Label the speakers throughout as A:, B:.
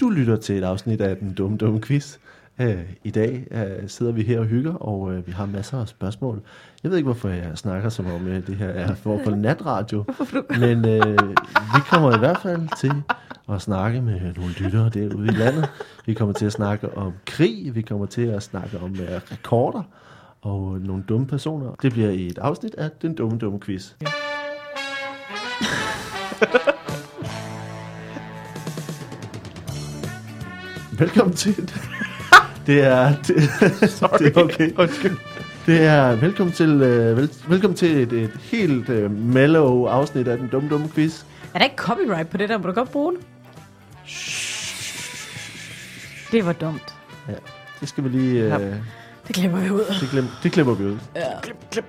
A: Du lytter til et afsnit af den dumme, dumme quiz. Øh, I dag øh, sidder vi her og hygger, og øh, vi har masser af spørgsmål. Jeg ved ikke, hvorfor jeg snakker som om øh, det her er for for natradio, men øh, vi kommer i hvert fald til at snakke med nogle lyttere derude i landet. Vi kommer til at snakke om krig, vi kommer til at snakke om øh, rekorder og nogle dumme personer. Det bliver i et afsnit af den dumme, dumme quiz. Velkommen til. Det er, det, Sorry. det er okay.
B: Undskyld.
A: Det er velkommen til, øh, vel, velkommen til et, et helt øh, mellow afsnit af den dumme dumme quiz.
C: Er der ikke copyright på det der? Må du godt bruge det? Det var dumt.
A: Ja, det skal vi lige... Øh,
B: Ja.
C: Det glemmer vi ud.
A: det, glem, det klipper vi ud.
C: Ja.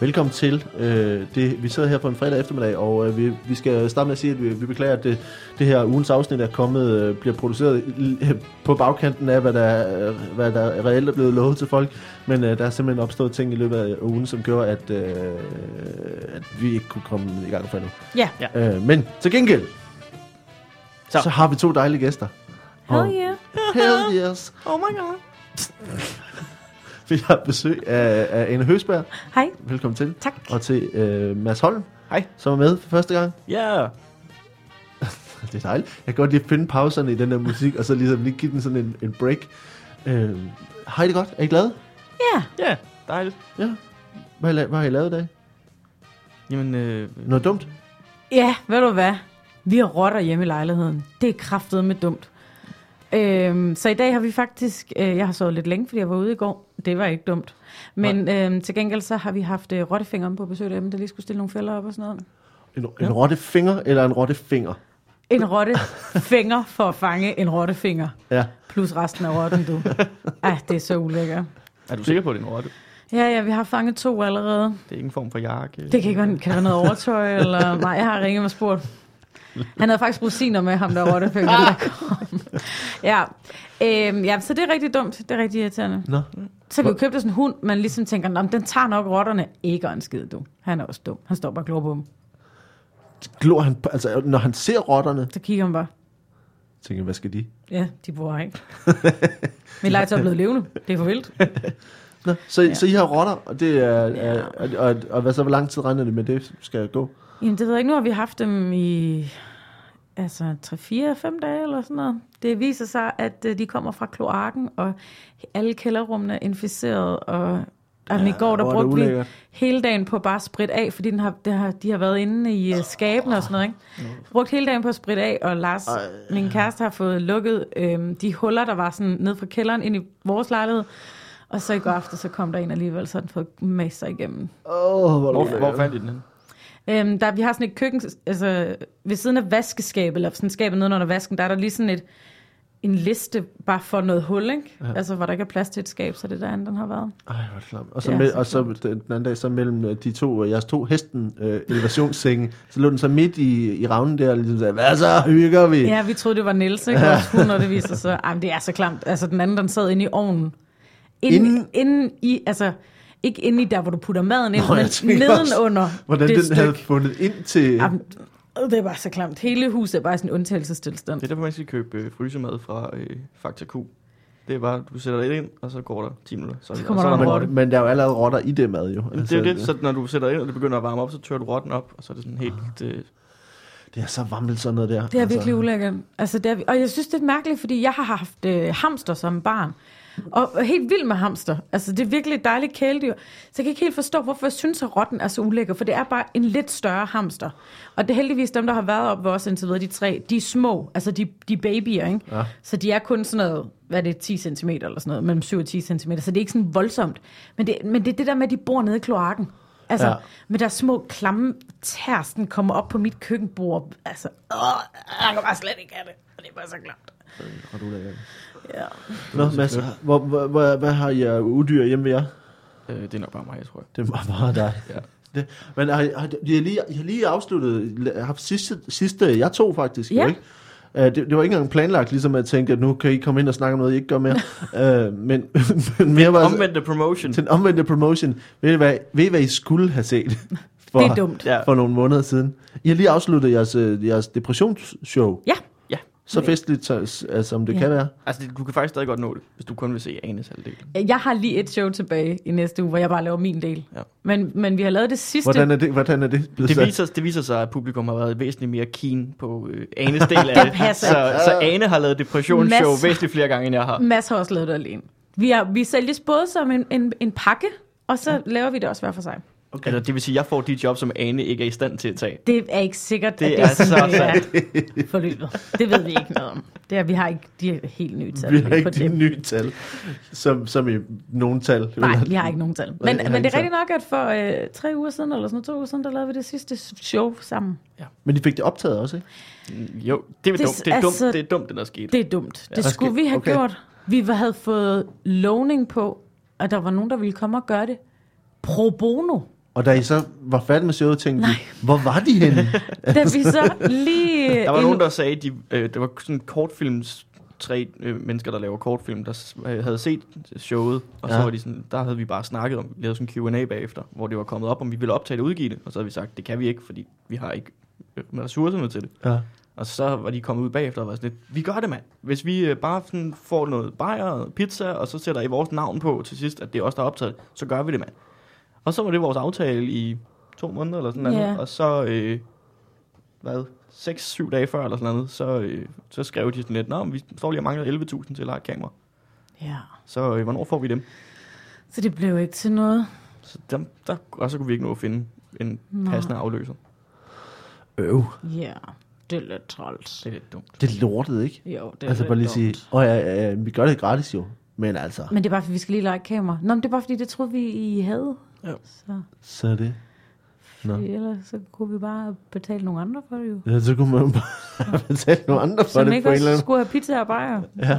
A: Velkommen til. Øh, det, vi sidder her på en fredag eftermiddag, og øh, vi, vi skal starte med at sige, at vi, vi beklager, at det, det her ugens afsnit er kommet, øh, bliver produceret l- øh, på bagkanten af, hvad der, øh, hvad der reelt er blevet lovet til folk. Men øh, der er simpelthen opstået ting i løbet af ugen, som gjorde, at, øh, at vi ikke kunne komme i gang for nu.
C: Ja.
A: Øh, men til gengæld, så.
B: Så.
A: så har vi to dejlige gæster.
C: Hell yeah.
A: Hell yes.
C: Oh my god.
A: Vi har besøg af, af Anne Høsberg.
C: Hej.
A: Velkommen til.
C: Tak.
A: Og til øh, Mads Holm,
B: Hej.
A: som er med for første gang.
B: Ja.
A: Det er dejligt. Jeg kan godt lige finde pauserne i den der musik, og så ligesom lige give den sådan en, en break. Øh, har I det godt? Er I glade?
C: Ja.
B: Ja, dejligt.
A: Ja. Hvad, har I la- hvad har I lavet i dag?
B: Jamen, øh,
A: Noget dumt?
C: Ja, ved du hvad? Vi har rotter hjemme i lejligheden. Det er kraftet med dumt. Øhm, så i dag har vi faktisk... Øh, jeg har sovet lidt længe, fordi jeg var ude i går. Det var ikke dumt. Men øhm, til gengæld så har vi haft øh, rottefingeren på besøg derhjemme, der lige skulle stille nogle fælder op og sådan noget.
A: En, en rottefinger eller en rottefinger?
C: En rottefinger for at fange en rottefinger.
A: Ja.
C: Plus resten af rotten, du. Ej, det er så ulækkert.
B: er du sikker på, at det er en rotte?
C: Ja, ja, vi har fanget to allerede.
B: Det er ikke en form for jakke?
C: Det kan ikke være, kan det være noget overtøj, eller... Nej, jeg har ringet og spurgt. Han havde faktisk rosiner med ham, der var det der kom. Ja. Øhm, ja, så det er rigtig dumt. Det er rigtig irriterende.
A: Nå.
C: Så vi jo købte sådan en hund, man ligesom tænker, Nå, men den tager nok rotterne. Ikke en skid, du. Han er også dum. Han står bare og glor på dem.
A: Glor han, på- altså, når han ser rotterne,
C: Så kigger han bare.
A: tænker jeg, hvad skal de?
C: Ja, de bor her, ikke. Mit legetøj er blevet levende. Det er for vildt.
A: Nå, så, ja. så I har rotter, og det er, ja.
C: Ja.
A: og, og, og, hvad så, hvor lang tid regner det med, det skal gå?
C: Jamen, det ved jeg ikke. Nu har vi haft dem i altså 3-4-5 dage eller sådan noget. Det viser sig, at øh, de kommer fra kloakken, og alle kælderrummene er inficeret, og Jamen,
A: Ja,
C: i går der
A: hvor er det
C: brugte vi
A: ulækkert.
C: hele dagen på bare at spritte af, fordi den har, det har, de har været inde i øh, skabene og sådan noget. Ikke? Brugt hele dagen på at spritte af, og Lars, min kæreste, har fået lukket øhm, de huller, der var sådan ned fra kælderen ind i vores lejlighed. Og så i går aften, så kom der en alligevel, så har den fået masser igennem.
A: Åh, oh, hvor,
B: Hvor, hvor fandt I den henne?
C: Øhm, der, vi har sådan et køkken, altså ved siden af vaskeskabet, eller sådan skabet nedenunder vasken, der er der lige sådan et, en liste bare for noget hul, ikke? Ja. Altså, hvor der ikke er plads til et skab, så det er der anden, den har været.
A: Ej, hvor er det klamt. Og så, ja,
C: Ja,
A: med,
C: så
A: og så den den anden dag, så mellem øh, de to, øh, jeres to hesten øh, elevationssenge, så lå den så midt i, i ravnen der, og ligesom sagde, hvad så, hygger vi?
C: Ja, vi troede, det var Niels, ikke? Vores hund, og det viste sig. Ej, men det er så klamt. Altså, den anden, den sad inde i ovnen. Inden,
A: Inden-
C: inden... i, altså, ikke inde i der, hvor du putter maden ind,
A: Nå,
C: Nå,
A: jeg
C: men
A: tænker også,
C: nedenunder
A: Hvordan
C: det
A: den
C: stykke.
A: havde fundet ind til...
C: Jamen, øh, det er bare så klamt. Hele huset er bare sådan en undtagelsestilstand.
B: Det er derfor, man skal købe øh, frysemad fra øh, Fakta Q. Det er bare, du sætter det ind, og så går der 10 minutter. Så,
C: Så kommer
B: og så
C: der
B: er
C: en
B: rotte.
C: rotte.
A: men, men der er jo allerede rotter i det mad, jo. Altså,
B: Det er jo det, så når du sætter ind, og det begynder at varme op, så tør du rotten op, og så er det sådan helt... Øh,
A: det er så vammelt sådan noget der.
C: Det er virkelig ulækkert. Altså, det er, og jeg synes, det er mærkeligt, fordi jeg har haft øh, hamster som barn. Og er helt vild med hamster. Altså, det er virkelig et dejligt kæledyr. Så jeg kan ikke helt forstå, hvorfor jeg synes, at rotten er så ulækker. For det er bare en lidt større hamster. Og det er heldigvis dem, der har været op ved os indtil videre, de tre, de er små. Altså, de, de er babyer, ikke?
A: Ja.
C: Så de er kun sådan noget, hvad er det, 10 cm eller sådan noget, mellem 7 og 10 cm. Så det er ikke sådan voldsomt. Men det, men det er det der med, at de bor nede i kloakken. Altså,
A: Ja.
C: ja. med der små klamme tærsten kommer op på mit køkkenbord. Altså, åh, jeg kan bare slet ikke have det. Og det er bare så klamt.
A: Ret ulækkert.
C: Ja.
A: Nå, Mads, hvor, hvor, hvor, hvad har I af udyr hjemme ved jer?
B: øh, det er nok bare mig, tror jeg.
A: Det er meget, meget dig.
B: Ja.
A: Det, men har, har, jeg, lige, jeg har lige afsluttet, la- haft sidste, sidste jeg tog faktisk, jo,
C: Ja.
A: ikke? Uh, det, det var ikke engang planlagt, ligesom at tænke, at nu kan I komme ind og snakke om noget, I ikke gør mere. uh, men, men mere var altså,
B: Omvendte promotion.
A: den omvendte promotion. Ved I, hvad, ved I, hvad I skulle have set for,
C: Det er dumt.
A: Ja. for nogle måneder siden? I har lige afsluttet jeres, øh, jeres depressionsshow.
C: Ja,
B: Ja,
A: Så festligt, så, s- som det
C: Ja.
A: kan være.
B: Altså, det- du kan faktisk stadig godt nå det, hvis du kun vil se Anes halvdel.
C: Jeg har lige et show tilbage i næste uge, hvor jeg bare laver min del.
B: Ja.
C: Men, men vi har lavet det sidste.
A: Hvordan er det, hvordan er det blevet
B: Det
A: sagt?
B: viser, det viser sig, at publikum har været væsentligt mere keen på øh, Anes del af det.
C: passer
B: Så, så Ane har lavet depressionsshow
C: Mads-
B: væsentligt flere gange, end jeg har.
C: Mads har også lavet det alene. Vi, er, vi sælges både som en, en, en pakke, og så laver vi det også hver for sig.
B: Okay. Altså, det vil sige, at jeg får de job, som Ane ikke er i stand til at tage.
C: Det er ikke sikkert,
B: Det
C: at det
B: er
C: er, sådan,
B: så
C: det er forløbet. Det ved vi ikke noget om. Det er, vi har ikke de helt nye tal
A: Vi har
C: på
A: ikke de
C: det.
A: nye tal, som, som i nogle tal.
C: Nej, vi har ikke nogen tal. Men,
A: jeg har
C: men det
A: ikke
C: er rigtigt nok, at for øh, tre uger siden, eller sådan noget, to uger siden, der lavede vi det sidste show sammen.
A: Men de fik det optaget også, ikke?
B: Jo, det er
C: Det-
B: dumt. Det er
C: altså-
B: dumt, det er dumt, det der er sket.
C: Det er dumt.
A: Hvad
C: Det skulle
A: sker-
C: vi have
A: okay.
C: okay. gjort. Vi var- havde fået lovning på, at der var nogen, der ville komme og gøre det. Pro bono.
A: Og da I så var færdige med showet, tænkte I, hvor var de henne?
C: Da vi så lige...
B: Der var nogen, der sagde, de, øh, der var sådan kortfilms tre øh, mennesker, der laver kortfilm, der s- øh, havde set showet, og ja. så
A: Ja.
B: var de sådan, der havde vi bare snakket om, vi lavede sådan en Q&A bagefter, hvor det var kommet op, om vi ville optage det og udgive det, og så havde vi sagt, det kan vi ikke, fordi vi har ikke øh, ressourcerne til det.
A: ja.
B: Og så var de kommet ud bagefter og var sådan lidt, vi gør det, mand. Hvis vi øh, bare sådan får noget bajer og pizza, og så sætter I vores navn på til sidst, at det er os, der er optaget, så gør vi det, mand. Og så var det vores aftale i to måneder eller sådan noget.
C: Ja.
B: Og så, øh, hvad, 6-7 dage før eller sådan noget, så, øh, så skrev de sådan lidt, Nå, men vi står lige og mangler 11.000 til at lege et kamera.
C: Ja,
B: Så øh, hvornår får vi dem?
C: så det blev ikke til noget.
B: Så dem, der, og så kunne vi ikke nå at finde en
C: Nå.
B: passende afløser.
A: Øv.
C: Ja, det er lidt træls.
B: Det er lidt dumt.
A: Det lortede, ikke?
C: Jo, det er
A: altså
C: lidt
A: bare lige
C: dumt.
A: sige, åh ja, ja, ja, vi gør det gratis jo. Men altså,
C: Men det er bare, fordi vi skal lige lege et kamera. Nå, men det er bare, fordi det troede vi, I havde.
B: Ja.
C: Så,
A: så er det. Nå.
C: ellers så kunne vi bare betale nogle andre for det jo.
A: Ja, så kunne man bare betale nogle andre for
C: Som
A: det på
C: ikke
A: en eller
C: også
A: anden
C: skulle have pizza og bajer.
A: Ja.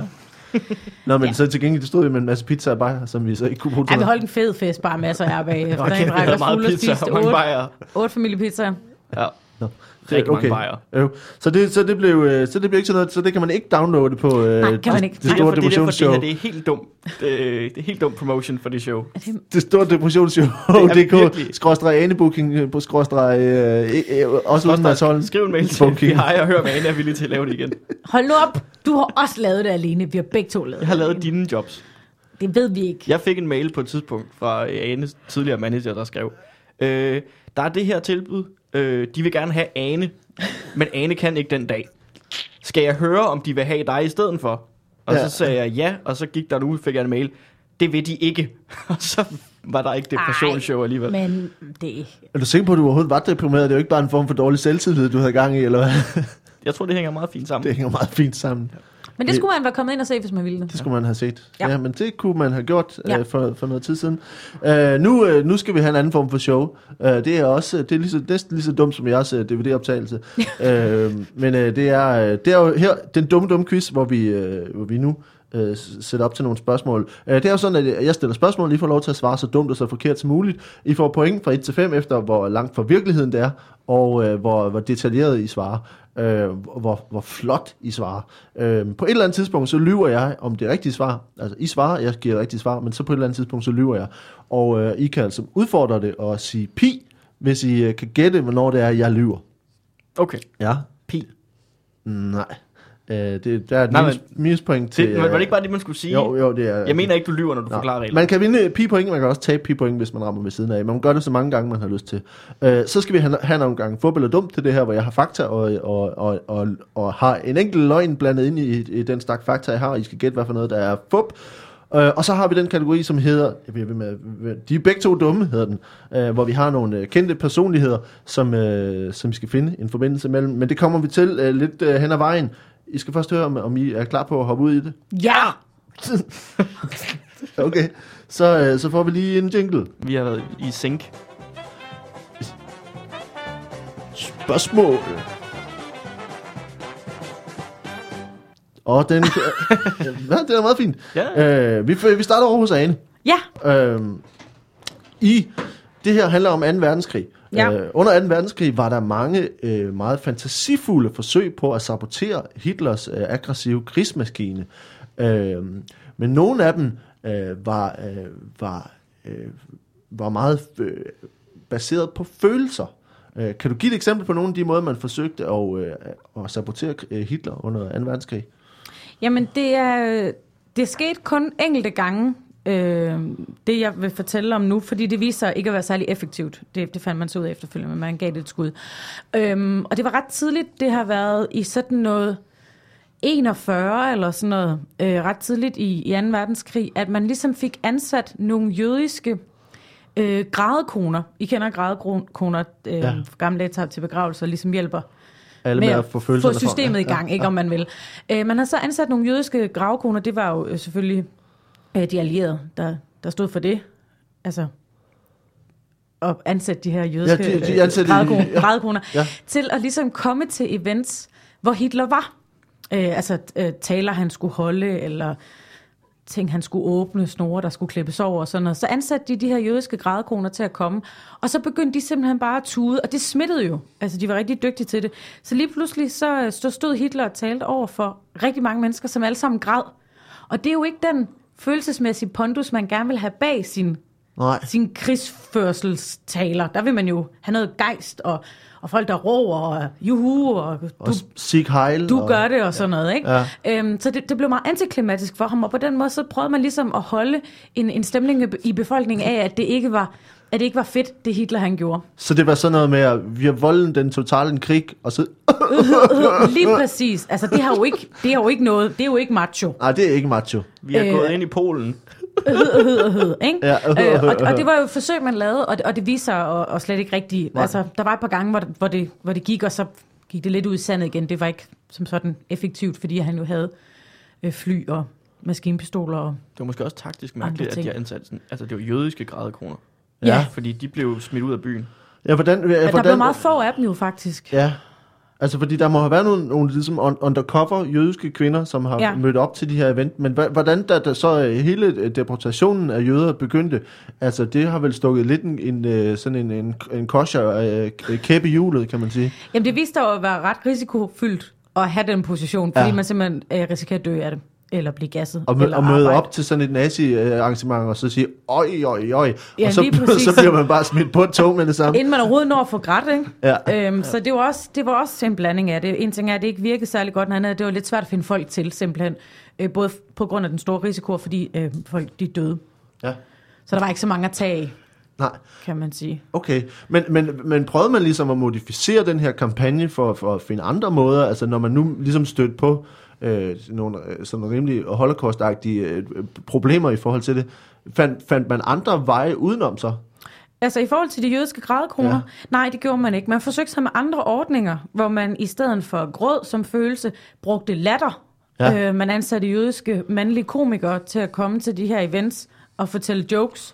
A: Nå, men
C: Ja.
A: ja. så til gengæld stod vi med en masse pizza og bajer, som vi så ikke kunne bruge
C: Ej,
A: til
C: vi
A: noget.
C: holdt en fed fest, bare masser af jer bagefter. Okay, en
B: Jeg
C: række
B: havde meget
C: fuld og
B: pizza
C: spiste
B: og mange
C: otte,
B: bajer.
C: otte familiepizzaer.
B: Ja.
A: Nå.
B: Rigtig mange bajer.
A: Øv. Så, det, så, det blev, øh, så det blev ikke sådan noget, så det kan man ikke downloade på øh,
C: Nej, kan man ikke.
A: det, det store
B: det, er derfor,
A: depressionsshow.
B: det, her, det er helt dumt. Det, det er helt dumt promotion for det show.
C: Er det,
A: det store depressionsshow.
B: Det er
A: Det er
B: virkelig-
A: skråstreg anebooking øh, på skråstreg øh, øh, øh, også uden at holde.
B: Skriv en mail
A: Booking.
B: til Hej og hør, hvad Anna er villig til at lave det igen.
C: hold nu op! Du har også lavet det alene. Vi har begge to lavet
B: Jeg har
C: det
B: lavet
C: alene.
B: dine jobs.
C: Det ved vi ikke.
B: Jeg fik en mail på et tidspunkt fra øh, Anes tidligere manager, der skrev, øh, der er det her tilbud, øh, de vil gerne have Ane, men Ane kan ikke den dag. Skal jeg høre, om de vil have dig i stedet for? Og ja.
A: Ja.
B: så sagde jeg ja, og så gik der en uge, fik jeg en mail. Det vil de ikke. og så var der ikke depressionsshow alligevel.
C: Men det...
A: Er du sikker på, at du overhovedet var deprimeret? Det er jo ikke bare en form for dårlig selvtillid, du havde gang i, eller hvad?
B: Jeg tror, det hænger meget fint sammen.
A: Det hænger meget fint sammen.
C: Men det skulle man være kommet ind og se, hvis man ville
A: Det
C: det.
A: skulle man have set. Ja,
C: Ja.
A: ja men det kunne man have gjort
C: Ja.
A: øh, for, for noget tid siden. Øh, nu, øh, nu skal vi have en anden form for show. Øh, det er også øh, det er lige så, næsten lige så dumt som jeres øh, DVD-optagelse. øh, men øh, det, er, øh, det er jo her den dumme, dumme quiz, hvor vi, øh, hvor vi nu øh, s- sætter op til nogle spørgsmål. Øh, det er jo sådan, at jeg stiller spørgsmål, I får lov til at svare så dumt og så forkert som muligt. I får point fra 1 til 5 efter, hvor langt fra virkeligheden det er, og øh, hvor, hvor detaljeret I svarer øh, hvor, hvor flot I svarer. Øh, på et eller andet tidspunkt, så lyver jeg om det rigtige svar. Altså, I svarer, jeg giver det rigtige svar, men så på et eller andet tidspunkt, så lyver jeg. Og øh, I kan altså udfordre det og sige pi, hvis I øh, kan gætte, hvornår det er, jeg lyver.
B: Okay.
A: Ja.
B: Pi.
A: Nej. Øh, det, der er et
B: Nej,
A: minus, minuspoint til... øh,
B: Det, øh, var det ikke bare det, man skulle sige?
A: Jo, jo, det er...
B: Jeg mener ikke, du lyver, når du
A: Nå,
B: forklarer reglerne.
A: Man kan vinde p-point, man kan også tabe p-point, hvis man rammer ved siden af. Man gør det så mange gange, man har lyst til. Øh, så skal vi have, have en omgang fodbold og dumt til det her, hvor jeg har fakta og, og, og, og, og har en enkelt løgn blandet ind i, i den stak fakta, jeg har. I skal gætte, hvad for noget, der er fup. Øh, og så har vi den kategori, som hedder, jeg bliver ved med, de er begge to dumme, hedder den, øh, hvor vi har nogle øh, kendte personligheder, som, øh, som vi skal finde en forbindelse mellem. Men det kommer vi til øh, lidt øh, hen ad vejen. I skal først høre, om, om I er klar på at hoppe ud i det.
C: Ja!
A: Okay, så, øh, så får vi lige en jingle.
B: Vi har været i sink.
A: Spørgsmål. Og den... ja, det er meget fint.
B: Ja.
A: Øh, vi, f- vi starter over hos Ane.
C: Ja!
A: Øh, I... Det her handler om 2. verdenskrig.
C: Ja.
A: Øh, under 2. verdenskrig var der mange øh, meget fantasifulde forsøg på at sabotere Hitlers øh, aggressive krigsmaskine. Øh, men nogle af dem øh, var, øh, var, øh, var meget øh, baseret på følelser. Øh, kan du give et eksempel på nogle af de måder, man forsøgte at, øh, at sabotere øh, Hitler under 2. verdenskrig?
C: Jamen, det er, det skete kun enkelte gange, øh, det jeg vil fortælle om nu, fordi det viser sig ikke at være særlig effektivt. Det, det fandt man så ud af efterfølgende, men man gav det et skud. Øhm, og det var ret tidligt, det har været i sådan noget 41 eller sådan noget, øh, ret tidligt i, i 2. verdenskrig, at man ligesom fik ansat nogle jødiske øh, grædekoner. I kender grædekoner, øh,
A: Ja.
C: ja. gamle lægetager til begravelser, ligesom hjælper
A: Alle
C: med at
A: få
C: få,
A: følelserne frem.
C: systemet i
A: Ja,
C: gang, ikke om man vil. Øh, man har så ansat nogle jødiske gravkoner, det var jo øh, selvfølgelig øh, de allierede, der, der stod for det. Altså at ansætte de her jødiske
A: Ja, de- de
C: øh,
A: ansatte-
C: grædekoner,
A: ja.
C: grædekoner
A: Ja.
C: ja. til at ligesom komme til events, hvor Hitler var. Øh, altså øh, taler, han skulle holde, eller ting, han skulle åbne, snore, der skulle klippes over og sådan noget. Så ansatte de de her jødiske grædekoner til at komme, og så begyndte de simpelthen bare at tude, og det smittede jo. Altså, de var rigtig dygtige til det. Så lige pludselig så, øh, så stod Hitler og talte over for rigtig mange mennesker, som alle sammen græd. Og det er jo ikke den følelsesmæssige pondus, man gerne vil have bag sin
A: Nej.
C: sin krigsførselstaler. Der vil man jo have noget gejst, og, og folk, der råber, og juhu, og
A: Og
C: du,
A: Sig Heil.
C: du
A: og,
C: gør det, og sådan noget. Ikke?
A: Ja.
C: Øhm, så det, det blev meget antiklimatisk for ham, og på den måde så prøvede man ligesom at holde en, en stemning i be- i befolkningen af, at det ikke var at det ikke var fedt, det Hitler han gjorde.
A: Så det var sådan noget med, at vi har volden den totale krig, og så...
C: Lige præcis. Altså, det, har jo ikke, det har jo ikke noget. Det er jo ikke macho.
A: Nej, det er ikke macho.
B: Vi er
C: Øh.
B: gået ind i Polen.
C: Ikke?
A: Ja, øh,
C: øh, og,
A: øh, øh.
C: og det var jo et forsøg, man lavede, og det, og det viser sig og, og slet ikke rigtigt.
A: Nej.
C: Altså, der var et par gange, hvor det, hvor, det, hvor det gik, og så gik det lidt ud i sandet igen. Det var ikke som sådan effektivt, fordi han jo havde øh, fly og maskinpistoler. Og,
B: Det var måske også taktisk
C: Andre
B: mærkeligt, at
C: ting.
B: de har ansat sådan, altså det var jødiske grædekoner.
A: Ja.
C: ja.
B: Fordi de blev smidt ud af byen.
A: Ja, hvordan... Ja,
C: ja. Der
A: hvordan
C: blev meget få af dem jo faktisk.
A: Ja. Altså, fordi der må have været nogle, nogle ligesom un- undercover jødiske kvinder, som har ja.
C: Ja.
A: mødt op til de her event. Men hva- hvordan da, da så øh, hele øh, deportationen af jøder begyndte, altså det har vel stukket lidt en, en øh, sådan en, en, en kosher øh, k- kæppe i hjulet, kan man sige.
C: Jamen, det viste sig jo at være ret risikofyldt at have den position, fordi
A: Ja.
C: ja. man simpelthen øh, risikerer at dø af det, eller blive gasset,
A: Og, mø-
C: eller
A: og møde
C: arbejde.
A: op til sådan et nazi-arrangement og så sige, øj, øj, øj.
C: Ja,
A: og så,
C: lige præcis.
A: så bliver man bare smidt på et tog med det samme.
C: Inden man overhovedet når at få grædt, ikke?
A: Ja.
C: Øhm, så det var, også, det var også en blanding af det. En ting er, at det ikke virkede særlig godt, og andet er, at det var lidt svært at finde folk til, simpelthen. Øh, både f- på grund af den store risiko, og fordi øh, folk de døde.
A: Ja.
C: Så der var ikke så mange at tage af,
A: Nej.
C: kan man sige.
A: Okay, men, men, men prøvede man ligesom at modificere den her kampagne for, for at finde andre måder? Altså når man nu ligesom stødte på øh, nogle øh, sådan rimelig holocaustagtige øh, øh, problemer i forhold til det, fandt, fandt man andre veje udenom så?
C: Altså i forhold til de jødiske grædekroner,
A: Ja.
C: ja. nej, det gjorde man ikke. Man forsøgte sig med andre ordninger, hvor man i stedet for gråd som følelse, brugte latter.
A: Ja.
C: Ja. Øh, man ansatte jødiske mandlige komikere til at komme til de her events og fortælle jokes.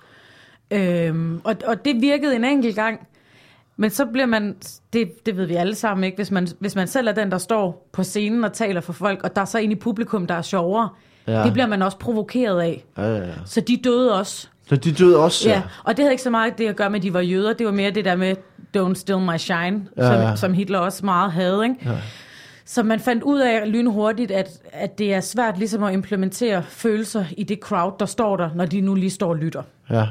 C: Øhm, og, og det virkede en enkelt gang. Men så bliver man, det, det ved vi alle sammen ikke, hvis man, hvis man selv er den, der står på scenen og taler for folk, og der er så en i publikum, der er sjovere,
A: Ja.
C: ja. det bliver man også provokeret af.
A: Ja, ja, ja.
C: Så de døde også.
A: Så de døde også?
C: Ja, og det havde ikke så meget det at gøre med, at de var jøder. Det var mere det der med, don't steal my shine,
A: Ja,
C: ja,
A: ja.
C: som, som Hitler også meget havde. Ikke? Ja. Så man fandt ud af lynhurtigt, at, at det er svært ligesom at implementere følelser i det crowd, der står der, når de nu lige står og lytter.
A: ja.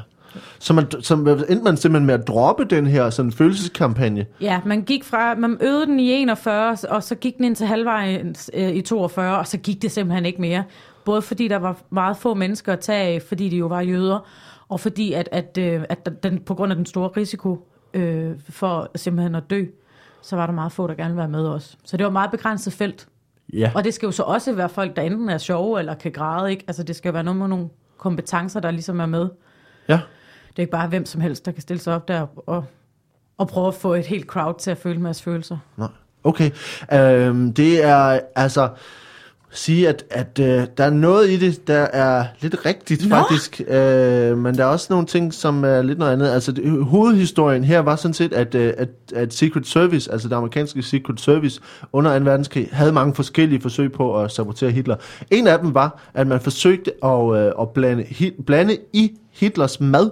A: Så, man, så endte man simpelthen med at droppe den her sådan følelseskampagne?
C: Ja, man gik fra, man øvede den i 41, og så gik den ind til halvvejs øh, i 42, og så gik det simpelthen ikke mere. Både fordi der var meget få mennesker at tage af, fordi de jo var jøder, og fordi at, at, øh, at der- den, på grund af den store risiko øh, for simpelthen at dø, så var der meget få, der gerne ville være med os. Så det var et meget begrænset felt.
A: Ja.
C: Og det skal jo så også være folk, der enten er sjove eller kan græde. Ikke? Altså det skal jo være noget med nogle kompetencer, der ligesom er med.
A: ja.
C: Det er ikke bare hvem som helst, der kan stille sig op der og, og prøve at få et helt crowd til at føle en masse følelser.
A: Nej. Okay. Øhm, det er altså sige, at, at øh, der er noget i det, der er lidt rigtigt Nå.
C: Nå.
A: faktisk, øh, men der er også nogle ting, som er lidt noget andet. Altså det, hovedhistorien her var sådan set, at, øh, at, at Secret Service, altså det amerikanske Secret Service under 2. verdenskrig, havde mange forskellige forsøg på at sabotere Hitler. En af dem var, at man forsøgte at, øh, at blande, hi, blande i Hitlers mad,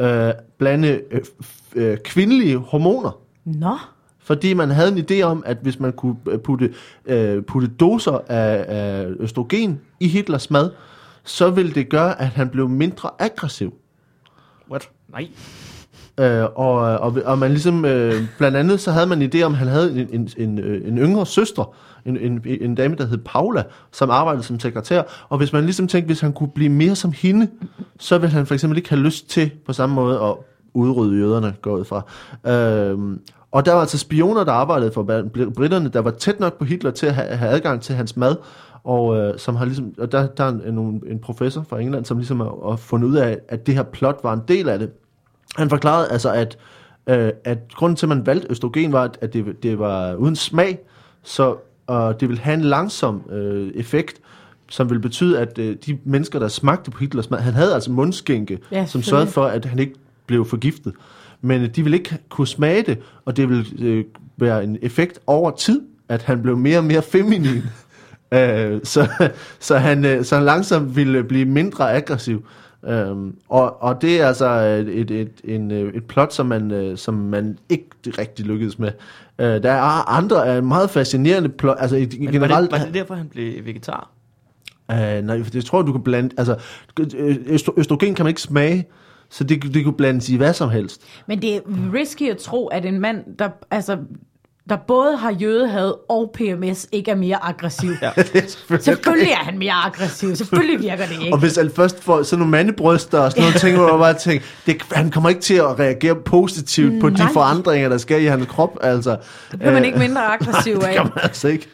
A: øh, blande øh, f- øh, kvindelige hormoner.
C: Nå,
A: Fordi man havde en idé om, at hvis man kunne øh, putte, øh, putte doser af, af østrogen i Hitlers mad, så ville det gøre, at han blev mindre aggressiv.
B: What? Nej.
A: Øh, og, og, og man ligesom, øh, blandt andet så havde man en idé om, han havde en, en, en, øh, en yngre søster, en, en, en dame, der hed Paula, som arbejdede som sekretær. Og hvis man ligesom tænkte, hvis han kunne blive mere som hende, så ville han for eksempel ikke have lyst til på samme måde at udrydde jøderne, går jeg ud fra. Øh, og der var altså spioner, der arbejdede for bl- britterne, der var tæt nok på Hitler til at have, have adgang til hans mad. Og, øh, som har ligesom, og der, der er en, en, en professor fra England, som ligesom har, har fundet ud af, at det her plot var en del af det. Han forklarede altså, at, øh, at grunden til, at man valgte østrogen, var, at- at det, det var uden smag, så og det ville have en langsom øh, effekt, som ville betyde, at øh, de mennesker, der smagte på Hitlers mad, han havde altså mundskænke,
C: Ja,
A: ja, som sørgede
C: selvfølgelig.
A: for, at han ikke blev forgiftet. Men øh, de ville ikke kunne smage det, og det ville øh, være en effekt over tid, at han blev mere og mere feminin. Øh, så, så, han, øh, så han langsomt ville blive mindre aggressiv. Øhm, og, og det er altså et, et, et, en, øh, et plot, som man, øh, som man ikke rigtig lykkedes med. Øh, der er andre er meget fascinerende plot, altså et,
B: Men
A: generelt...
B: var, det, var det derfor, han blev vegetar?
A: Uh, nej, for det tror jeg, du kan blande... Altså, øh, østro- østrogen kan man ikke smage, så det, det kunne blandes i hvad som helst.
C: Men det er risky at tro, at en mand, der, altså, der både har jødehad og PMS, ikke er mere aggressiv.
B: Ja.
C: Selvfølgelig er han mere aggressiv. Selvfølgelig virker det
A: Og
C: ikke.
A: hvis han først får sådan nogle mandebryster og sådan nogle ting, hvor man bare tænker, det, han kommer ikke til at reagere positivt på de
C: Mm, Nej.
A: forandringer, der sker i hans krop, altså.
C: Det bliver man ikke mindre aggressiv
A: det
C: af.
A: kan man altså ikke.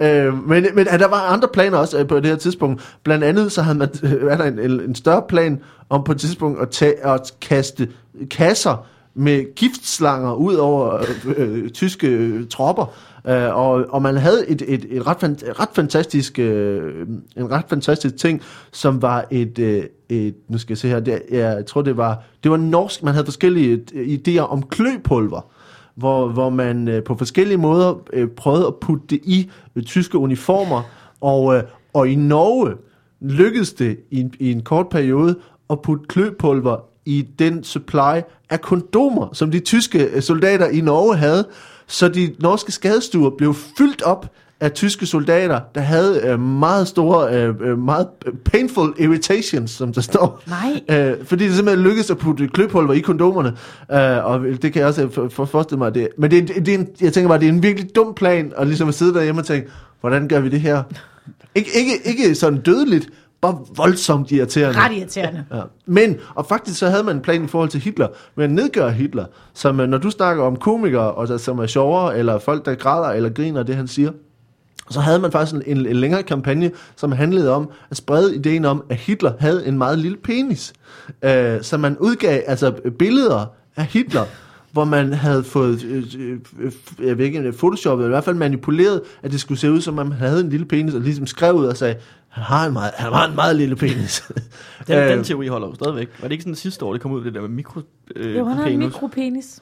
A: Øh, men men at der var andre planer også øh, på det her tidspunkt. Blandt andet så havde man, øh, er der en, en en større plan om på et tidspunkt at, tage, at kaste kasser med giftslanger ud over øh, øh, tyske øh, tropper. Øh, og, og man havde et, et, et ret, fan, ret fantastisk, øh, en ret fantastisk ting, som var et, øh, et nu skal jeg se her, det, er- jeg tror det var, det var norsk, man havde forskellige øh, idéer om kløpulver hvor, hvor man øh, på forskellige måder øh, prøvede at putte det i øh, tyske uniformer, og, øh, og i Norge lykkedes det i en, i en kort periode at putte kløpulver i den supply af kondomer, som de tyske øh, soldater i Norge havde, så de norske skadestuer blev fyldt op af tyske soldater, der havde øh, meget store, øh, øh, meget painful irritations, som der står.
C: Nej.
A: Øh, fordi det simpelthen lykkedes at putte kløpulver i kondomerne, øh, og det kan jeg også for, for forestille mig. Det. Men det, er- det, det er en, jeg tænker bare, det er en virkelig dum plan, at ligesom at sidde derhjemme og tænke, hvordan gør vi det her? Ikke, ikke, ikke sådan dødeligt, bare voldsomt irriterende.
C: Ret irriterende.
A: Ja. Men, og faktisk så havde man en plan i forhold til Hitler, med at nedgøre Hitler, som øh, når du snakker om komikere, og der, som er sjovere, eller folk, der græder eller griner af det, han siger, så havde man faktisk en, en, en længere kampagne, som handlede om at sprede ideen om, at Hitler havde en meget lille penis. Øh, så man udgav altså billeder af Hitler, hvor man havde fået, øh, øh, øh, jeg ved ikke, photoshoppet, eller i hvert fald manipuleret, at det skulle se ud, som om han havde en lille penis, og ligesom skrev ud og sagde, han har en meget, han har en meget lille penis.
B: Den, øh,
A: Øh,
B: den teori holder jo stadigvæk. Var det ikke sådan sidste år, det kom ud, det der med mikro... Øh,
C: Jo, han har en
B: penis?
C: mikropenis.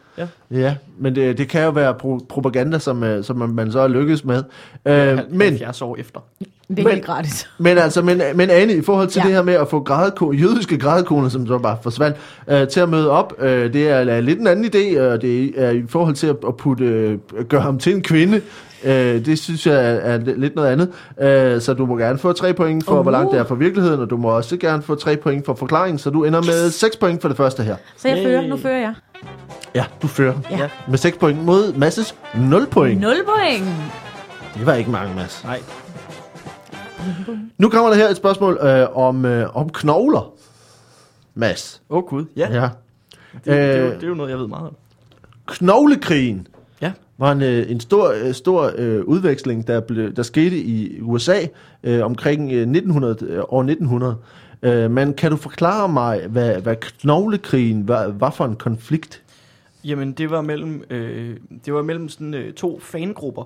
A: Ja, men det, det kan jo være pro- propaganda, som, øh, som man, man så er lykkes med. Øh,
B: Hal-
A: men,
B: 70 år efter.
C: Det er
A: Men-
C: helt gratis.
A: men altså, men, men Anne, i forhold til ja.
C: Ja.
A: det her med at få grædeko, jødiske grædekoner, som så bare forsvandt, øh, til at møde op, øh, det er er lidt en anden idé, og det er i forhold til at, at putte, øh, at gøre ham til en kvinde. Øh, det synes jeg er, er lidt noget andet. Øh, så du må gerne få tre point for, uh. hvor langt det er fra virkeligheden, og du må også gerne få tre point for forklaringen, så du ender med seks point for det første her.
C: Så jeg
B: Yay.
C: fører. Nu fører jeg.
A: Ja, du fører
C: Ja.
B: Ja.
A: med 6 point mod Masses 0 point.
C: 0 point.
A: Det var ikke mange, Mads.
B: Nej.
A: Nu kommer der her et spørgsmål øh, om, øh, om knogler, Mads.
B: Åh oh, gud, ja.
A: Ja.
B: Det, øh, det, er jo,
A: Øh.
B: det er jo noget, jeg ved meget om.
A: Knoglekrigen
B: Ja.
A: var en, øh, en stor, øh, stor øh, udveksling, der, blev, der skete i USA øh, omkring øh, 1900, øh, år 1900. Øh, men kan du forklare mig, hvad, hvad knoglekrigen var, var for en konflikt?
B: Jamen, det var mellem, øh, det var mellem sådan, øh, to fangrupper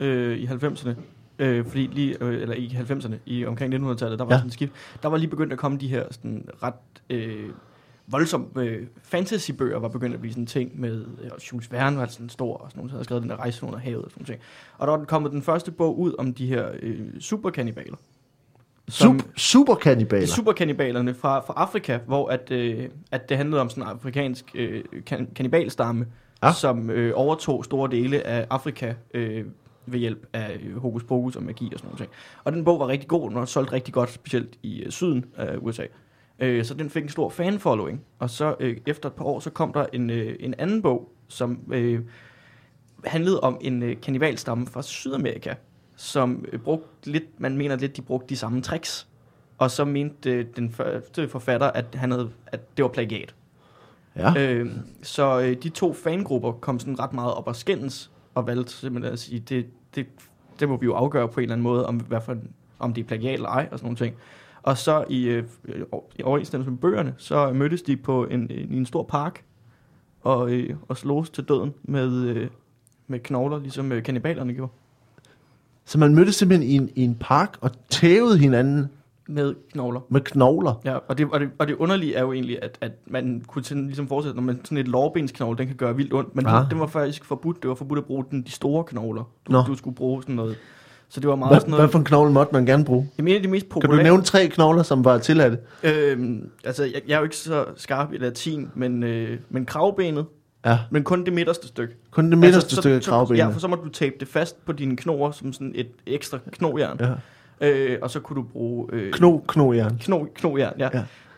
B: øh, i 90'erne. Øh, fordi lige, øh, eller i 90'erne, i omkring 1900-tallet, der var
A: Ja.
B: ja. sådan skift. Der var lige begyndt at komme de her sådan, ret øh, voldsomme øh, fantasybøger, var begyndt at blive sådan en ting med, øh, og Jules Verne var sådan en stor, og sådan nogen, der havde skrevet den der rejse under havet og sådan nogle ting. Og der var kommet den første bog ud om de her øh, superkannibaler. Som-
A: Sup, superkannibaler.
B: Superkannibalerne fra, fra Afrika, hvor at, øh, at det handlede om sådan en afrikansk øh, kan, kannibalstamme,
A: Ja.
B: ja. som øh, overtog store dele af Afrika øh, ved hjælp af øh, hokus pokus og magi og sådan noget. Og den bog var rigtig god, den var solgt rigtig godt, specielt i øh, syden af USA. Øh, så den fik en stor fanfollowing. Og så øh, efter et par år, så kom der en, øh, en anden bog, som øh, handlede om en øh, kanibalstamme fra Sydamerika, som øh, brugte lidt, man mener lidt, de brugte de samme tricks. Og så mente øh, den første forfatter, at, han havde, at det var plagiat.
A: Ja.
B: Øh, så øh, de to fangrupper kom sådan ret meget op og skændes, og valgte simpelthen at sige, det, det, det må vi jo afgøre på en eller anden måde, om, hvad for, om det er plagiat eller ej, og sådan nogle ting. Og så i, øh, i overensstemmelse med bøgerne, så mødtes de på en, en, i en stor park, og, øh, og slås til døden med, øh, med knogler, ligesom øh, kannibalerne gjorde.
A: Så man mødtes simpelthen i en, i en park og tævede hinanden
B: Med knogler.
A: med knogler.
B: Ja, og det, og, det, og det underlige er jo egentlig, at, at man kunne sådan, ligesom fortsætte, når man sådan et lårbensknogle, den kan gøre vildt ondt, men
A: Ah.
B: ah. den var faktisk forbudt, det var forbudt at bruge den, de store knogler. Du,
A: Nå.
B: du skulle bruge sådan noget. Så det var meget sådan
A: Hvad, hvad
B: noget.
A: for en knogle måtte man gerne bruge?
B: Jamen, en af de mest populære...
A: Kan du nævne tre knogler, som var tilladte?
B: Øhm, altså, jeg, jeg, er jo ikke så skarp i latin, men, øh, men kravbenet,
A: Ja,
B: men kun det midterste stykke.
A: kun det midterste
B: så-
A: altså, stykke af
B: så,
A: kravbenet.
B: Ja, for så må du tape det fast på dine knoer, som sådan et ekstra knojern.
A: ja.
B: Øh, og så kunne du bruge... Øh,
A: Kno, knojern.
B: Kno, knojern, ja.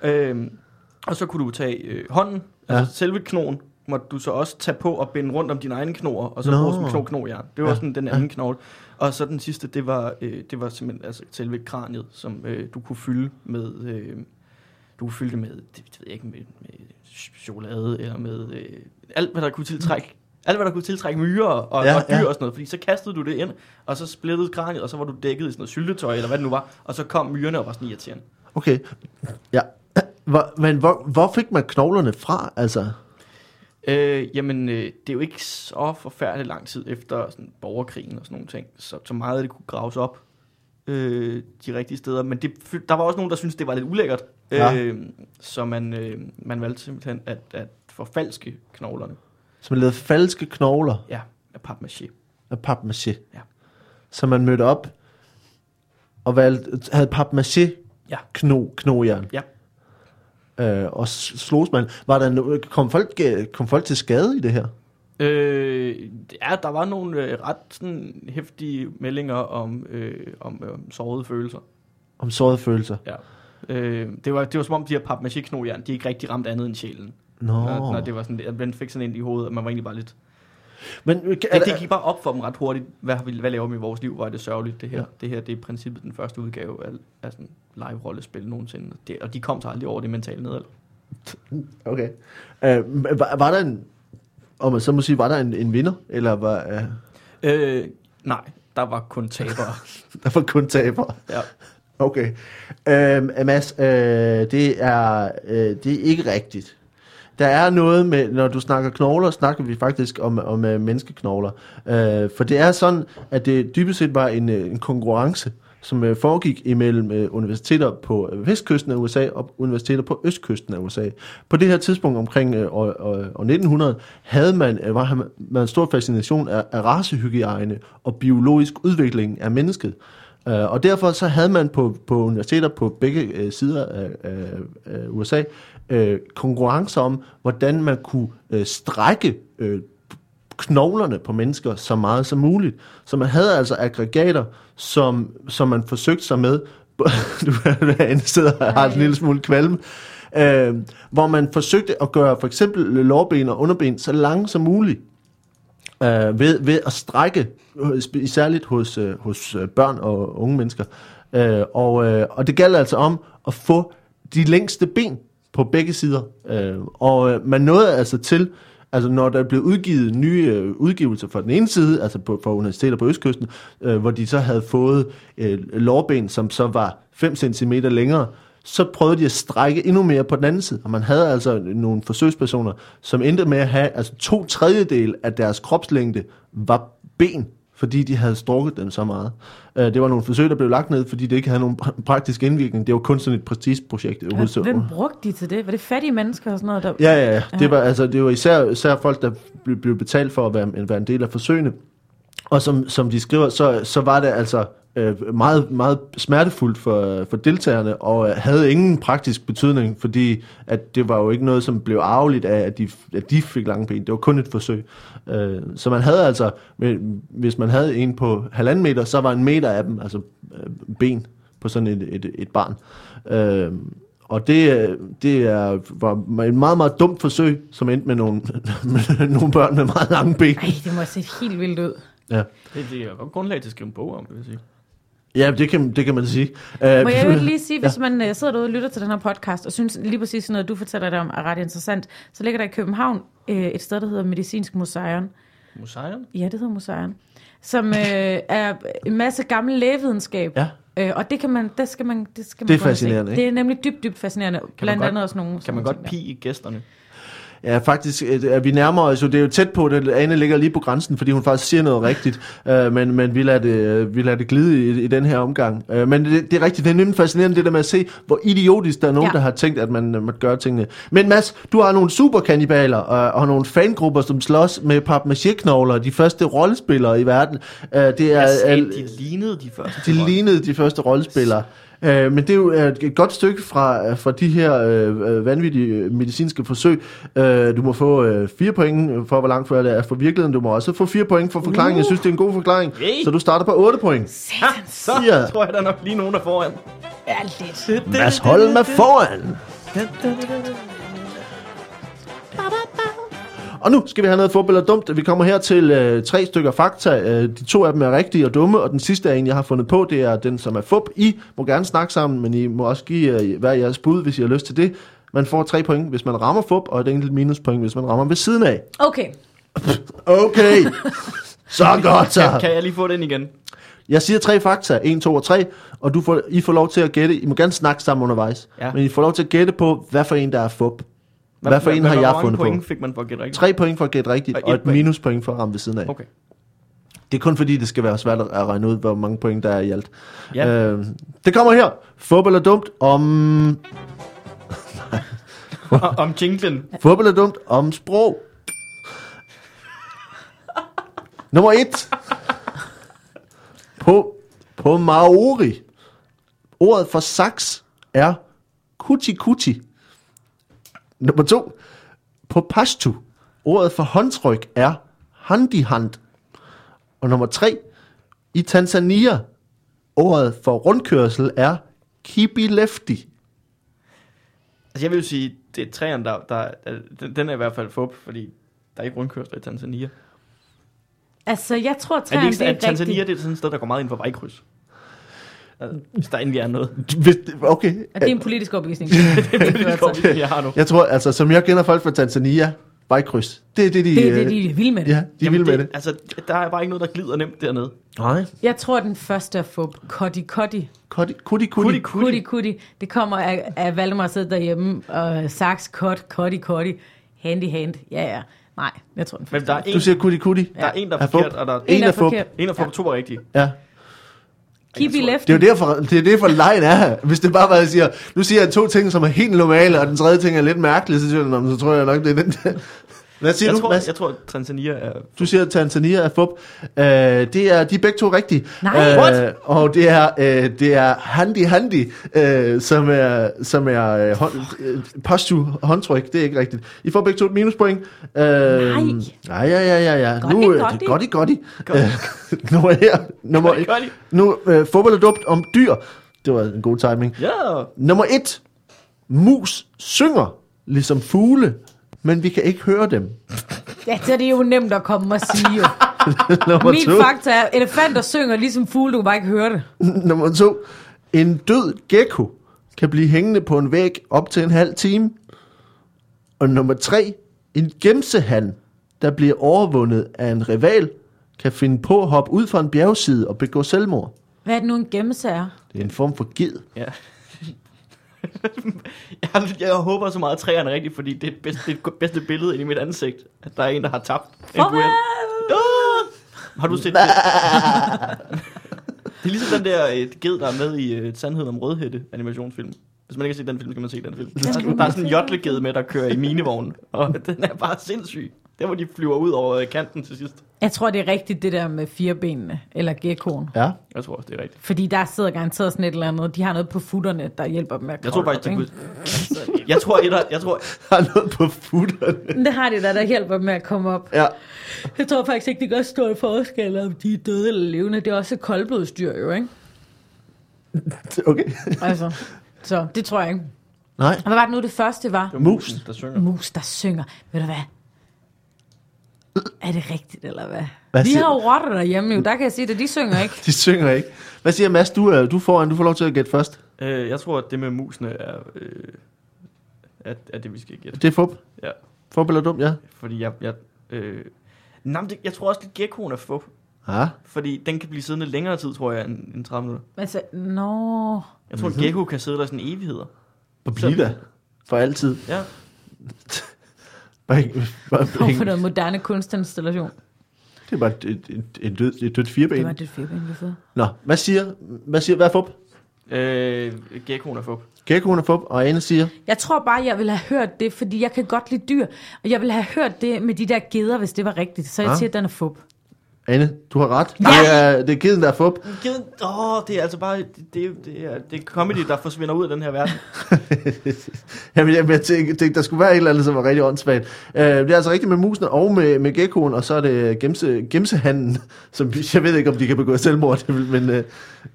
B: ja. Øhm, og så kunne du tage øh, hånden,
A: Ja.
B: ja. altså selve knoen, måtte du så også tage på og binde rundt om dine egne knoer, og så
A: Nå.
B: bruge som kno knojern. Det var
A: Ja.
B: ja. sådan den anden ja. knogle. Og så den sidste, det var, øh, det var simpelthen altså selve kraniet, som øh, du kunne fylde med... Øh, du kunne fylde det med, det ved jeg ikke, med, med ch- chokolade eller med øh, alt, hvad der kunne tiltrække alt, hvad der kunne tiltrække myrer og,
A: Ja,
B: ja, og dyr
A: ja.
B: ja. og sådan noget. Fordi så kastede du det ind, og så splittede kraniet, og så var du dækket i sådan noget syltetøj, eller hvad det nu var. Og så kom myrerne og var sådan irriterende.
A: Okay. Ja. Hvor, men hvor, hvor fik man knoglerne fra? Altså,
B: Øh, jamen, øh, det er jo ikke så forfærdeligt lang tid efter sådan, borgerkrigen og sådan nogle ting, så, så meget af det kunne graves op øh, de rigtige steder. Men det, fy- der var også nogen, der syntes, det var lidt ulækkert,
A: Ja.
B: øh, så man, øh, man valgte simpelthen at, at forfalske knoglerne
A: så man lavede falske knogler
B: ja, af papmaché.
A: af papmaché.
B: Ja.
A: Så man mødte op og valgte, havde papmaché
B: Ja.
A: kno, knojern.
B: Ja.
A: Øh, og s- slogs man. Var der no, kom, folk, øh, kom folk til skade i det her?
B: Øh, ja, der var nogle øh, ret sådan, heftige meldinger om, øh, om øh, sårede følelser.
A: Om sårede følelser?
B: Ja. Øh, det, var, det var som om de her papmaché-knogjern, de ikke rigtig ramte andet end sjælen.
A: Nå.
B: Når, når det var sådan, at man fik sådan ind i hovedet, og man var egentlig bare lidt...
A: Men, øh, er,
B: Det, det
A: det,
B: gik bare op for dem ret hurtigt. Hvad, har vi- hvad laver vi i vores liv? Hvor er det sørgeligt, det her. Ja. Det her, det er i princippet den første udgave af, af sådan live-rollespil nogensinde. Det, og de kom sig aldrig over det mentale nedad.
A: okay. Øh, var, var der en, om man så må sige, var der en, en vinder? Eller var, øh,
B: Øh, nej, der var kun tabere.
A: der var kun tabere?
B: ja.
A: Okay. Øhm, Mads, øh, det, er, øh, det er ikke rigtigt. Der er noget med, når du snakker knogler, snakker vi faktisk om, om øh, menneskeknogler. Øh, for det er sådan, at det dybest set var en, øh, en konkurrence, som øh, foregik imellem øh, universiteter på øh, vestkysten af USA og universiteter på østkysten af USA. På det her tidspunkt omkring øh, år, år, år 1900 havde man, øh, var man en stor fascination af, af racehygiejne og biologisk udvikling af mennesket. Øh, og derfor så havde man på, på universiteter på begge øh, sider af, af, af USA øh, konkurrencer om, hvordan man kunne øh, strække øh, knoglerne på mennesker så meget som muligt. Så man havde altså aggregater, som, som man forsøgte sig med. du er andet sted og har en
C: Ej.
A: lille smule kvalme. Øh, hvor man forsøgte at gøre for eksempel lårben og underben så lange som muligt øh, ved, ved at strække, øh, sp- særligt hos, øh, hos øh, børn og unge mennesker. Øh, og, øh, og det galt altså om at få de længste ben på begge sider. Øh, og øh, man nåede altså til, altså når der blev udgivet nye øh, udgivelser fra den ene side, altså på, fra universiteter på Østkysten, øh, hvor de så havde fået øh, lårben, som så var 5 cm længere, så prøvede de at strække endnu mere på den anden side. Og man havde altså nogle forsøgspersoner, som endte med at have, altså to tredjedel af deres kropslængde var ben, fordi de havde strukket dem så meget. Øh, Det var nogle forsøg, der blev lagt ned, fordi det ikke havde nogen pra- praktisk indvirkning. Det var kun sådan et prestigeprojekt.
C: Hvem, hvem brugte de til det? Var det fattige mennesker og sådan noget? Der...
A: Ja, ja, ja. Det var, altså, det var især, især folk, der blev, blev betalt for at være, være en del af forsøgene. Og som, som de skriver, så, så var det altså øh, meget, meget smertefuldt for, for deltagerne, og øh, havde ingen praktisk betydning, fordi at det var jo ikke noget, som blev arveligt af, at de, at de fik lange ben. Det var kun et forsøg. Øh, så man havde altså, men hvis man havde en på halvanden meter, så var en meter af dem altså øh, ben på sådan et, et, et barn. Øh, Og det, øh, det er, var et meget, meget dumt forsøg, som endte med nogle, med nogle børn med meget lange ben.
C: Ej, det må have set helt vildt ud.
A: Ja,
B: Det, det er godt grundlag til at skrive en bog om, vil jeg sige.
A: ja det, kan, det kan man sige. Øh,
C: Må jeg jo ikke lige sige, hvis man øh, sidder derude og lytter til den her podcast, og synes lige præcis sådan noget, du fortæller dig om, er ret interessant, så ligger der i København øh, et sted, der hedder Medicinsk Museum.
B: Museum?
C: Ja, det hedder Museum. Som øh, er en masse gammel lægevidenskab.
A: Ja.
C: Øh, og det kan man, det skal man, det skal man
A: Det er
C: gå ind og se.
A: fascinerende, ikke?
C: Det er nemlig dybt, dybt fascinerende. Kan blandt
B: godt-
C: andet også nogle
B: Kan
C: sådan
B: man
C: ting
B: godt
C: der.
B: pige gæsterne?
A: Ja, faktisk, øh, det er vi nærmer os jo, det er jo tæt på, det Anne ligger lige på grænsen, fordi hun faktisk siger noget rigtigt, øh, men, men vi, lader det, øh, vi lader det glide i, i den her omgang. Øh, men det, det er rigtigt, det er nemlig fascinerende det der med at se, hvor idiotisk der er nogen, ja.
C: Ja.
A: der har tænkt, at man øh, måtte gøre tingene. Men Mads, du har nogle superkannibaler øh, og nogle fangrupper, som slås med papmaché-knogler, de første rollespillere i verden. Øh, det er,
B: Jeg sagde,
A: øh,
B: de lignede de første.
A: de lignede de første rollespillere. Øh, men det er jo øh, et godt stykke fra, fra de her øh, øh, vanvittige øh, medicinske forsøg. Øh, du må få øh, fire point for, hvor langt før det er fra virkeligheden. Du må også få fire point for forklaringen. Jeg synes, det er en god forklaring.
B: Yay.
A: Så du starter på 8 point.
B: Ha, så
A: Ja.
B: tror jeg, der er nok lige nogen, der foran.
C: Ja, lidt.
A: Mads Holm er foran. Og nu skal vi have noget forbilleder dumt. Vi kommer her til øh, tre stykker fakta. Øh, de to af dem er rigtige og dumme, og den sidste er en, jeg har fundet på. Det er den, som er fup. I må gerne snakke sammen, men I må også give øh, hver jeres bud, hvis I har lyst til det. Man får tre point, hvis man rammer fup, og et enkelt minuspoint, hvis man rammer ved siden af.
C: Okay.
A: Okay. Så godt
B: Kan,
A: så.
B: kan jeg lige få den igen?
A: Jeg siger tre fakta. En, to og tre. Og du får, I får lov til at gætte. I må gerne snakke sammen undervejs.
B: Ja.
A: Men I får lov til at gætte på, hvad for en, der er fup. Hvad for en har
B: hvor
A: jeg
B: mange
A: fundet
B: point
A: på?
B: fik man for at gætte rigtigt?
A: Tre point for at gætte rigtigt,
B: Og et
A: og et
B: point.
A: minuspoint for at ramme ved siden af.
B: Okay.
A: Det er kun fordi, det skal være svært at regne ud, hvor mange point der er i alt.
B: Ja.
A: Øh, det kommer her. Fodbold er dumt om...
B: Og, om jinglen.
A: Fodbold er dumt om sprog. Nummer 1. På, på Maori. Ordet for saks er kuti kuti. Nummer 2. På pashtu. Ordet for håndtryk er handi hand. Og nummer 3. I Tanzania. Ordet for rundkørsel er kibilefti.
B: Altså, jeg vil jo sige, det er træerne, der, der, der den, den er i hvert fald fup, fordi der er ikke rundkørsler i Tanzania.
C: Altså, jeg tror,
B: Er det
C: træerne,
B: ikke
C: det er
B: sådan, at Tanzania
C: rigtigt.
B: det er sådan et sted, der går meget ind for vejkryds? Altså, Hvis der endelig er noget.
A: Hvis, okay.
C: Og det er en politisk opvisning.
B: Det jeg har nu.
A: Jeg tror, altså, som jeg kender folk fra Tanzania, vejkryds. Det er det, de,
C: Det er det,
A: øh,
C: de er vilde med det.
A: ja, de er vilde med det.
B: Altså, der er bare ikke noget, der glider nemt dernede.
A: Nej.
C: Jeg tror, den første er fup. Kotti Kotti.
A: Kutti, kutti,
B: Kuti,
A: kutti.
C: Kutti
B: kuti.
C: Kutti. Det kommer af, af Valdemar sidder derhjemme og saks, kot, kotti, kotti. Hand i hand. Ja, ja. Nej, jeg tror den
B: Men
C: første.
B: der er en,
A: Du siger kutti, kutti.
B: der, er en, der er
A: Er fup.
B: forkert, og der er
A: en er fup.
B: en, der får ja. to rigtigt.
A: Ja.
C: Kibi
B: Jeg tror-
C: lefty.
A: Det er jo derfor, det er derfor lejen er her. Hvis det bare var, at jeg siger, nu siger jeg to ting, som er helt normale, og den tredje ting er lidt mærkelig, så siger jeg, "Nå, men så tror jeg nok, det er den der. Hvad siger
B: Jeg
A: du,
B: tror,
A: Mads?
B: jeg tror, at Tanzania er...
A: Du siger, at Tanzania er fup. Øh, det er, de er begge to rigtige.
C: Nej.
A: Øh, og det er, øh, det er Handy Handy, øh, som er, som er øh, hånd, øh, postu håndtryk. Det er ikke rigtigt. I får begge to et minuspoint. Øh, nej. Nej, ja, ja, ja. ja.
C: Godt i,
A: nu, øh,
C: godt
A: det
C: i.
A: er godt i, godt i. Øh, nummer her. Nummer,
B: Godt i, godt i.
A: nu øh, fodbold er dumt om dyr. Det var en god timing.
B: Ja,
A: Nummer et. Mus synger ligesom fugle, men vi kan ikke høre dem.
C: Ja, så er det jo nemt at komme og sige. Jo.
A: Nummer
C: Min
A: to.
C: fakta er, elefanter synger ligesom fugle, du kan bare ikke høre det.
A: Nummer to. En død gecko kan blive hængende på en væg op til en halv time. Og nummer tre. En gemsehan, der bliver overvundet af en rival, kan finde på at hoppe ud fra en bjergside og begå selvmord.
C: Hvad er det nu, en gemmelse er?
A: Det er en form for ged.
B: Ja. jeg, jeg håber så meget, at træerne er rigtigt, fordi det er det bedste, det bedste billede inde i mit ansigt, at der er en, der har tabt. en duel. Ah! Har du set det? det er ligesom den der et ged, der er med i uh, Sandheden om Rødhætte animationsfilm. Hvis man ikke har set den film, skal man se den film. Der, er- der er sådan en jotleged med, der kører i minevognen, og den er bare sindssyg. Der hvor de flyver ud over øh, kanten til sidst.
C: Jeg tror, det er rigtigt, det der med firebenene, eller geckoen.
A: Ja.
B: Jeg tror også, det er rigtigt.
C: Fordi der sidder garanteret sådan et eller andet. De har noget på futterne, der hjælper dem med at
B: Jeg tror
C: kravle
B: faktisk, det
C: op,
B: kunne... Jeg tror, etter, jeg tror,
A: Har noget på futterne.
C: ikke? Det har det der, der hjælper dem med at komme op.
A: Ja.
C: Jeg tror faktisk ikke, det gør stor forskel, om de er døde eller levende. Det er også et koldblodsdyr jo, ikke?
A: Okay.
C: Altså, så det tror jeg ikke.
A: Nej.
C: Og hvad var det nu, det første var?
B: var
A: Mus.
B: musen, der synger.
C: Mus, der synger. Ved du hvad? Er det rigtigt, eller hvad?
A: Hvad
C: hvad vi
A: siger
C: har jo rotter derhjemme, jo. Der kan jeg sige det. De synger ikke.
A: De synger ikke. Hvad siger Mads? Du, øh, du, får, du får lov til at gætte først.
B: Øh, jeg tror, at det med musene er, øh, er, er det, vi skal gætte.
A: Det er fup.
B: Ja.
A: Fup eller dum, ja.
B: Fordi jeg... jeg øh, nej, men det, jeg tror også, at geckoen er få.
A: Ja.
B: Fordi den kan blive siddende længere tid, tror jeg, end, end 30 minutter.
C: Altså, nå...
B: Jeg
A: Mhm.
B: tror, mm-hmm. gecko kan sidde der sådan evigheder.
A: Og blive der. For altid.
B: Ja.
A: Bare, ikke- bare,
C: Form for
A: ikke-
C: noget moderne kunstinstallation.
A: det er bare et, et, et, et, død, et dødt
C: Det var
A: fireben.
C: det firben, vi fået.
A: Nå, hvad siger, hvad siger, hvad er fup?
B: Øh, geckoen er fup.
A: Geckoen er fup, og Ane siger,
C: Jeg tror bare, jeg ville have hørt det, fordi jeg kan godt lide dyr. Og jeg ville have hørt det med de der geder, hvis det var rigtigt. Så jeg
A: Ah.
C: ah. siger, at den er fup.
A: Ane, du har ret. Det er, det er giden, der er fup.
B: Åh, oh, det er altså bare... Det, det, det, er, det er comedy, der forsvinder ud af den her verden.
A: Jamen, jeg, jeg tænkte, tænkte, der skulle være et eller andet, som var rigtig åndssvagt. Øh, det er altså rigtigt med musen og med, med geckoen, og så er det gemse, gemsehanden, som jeg ved ikke, om de kan begå selvmord, men, øh,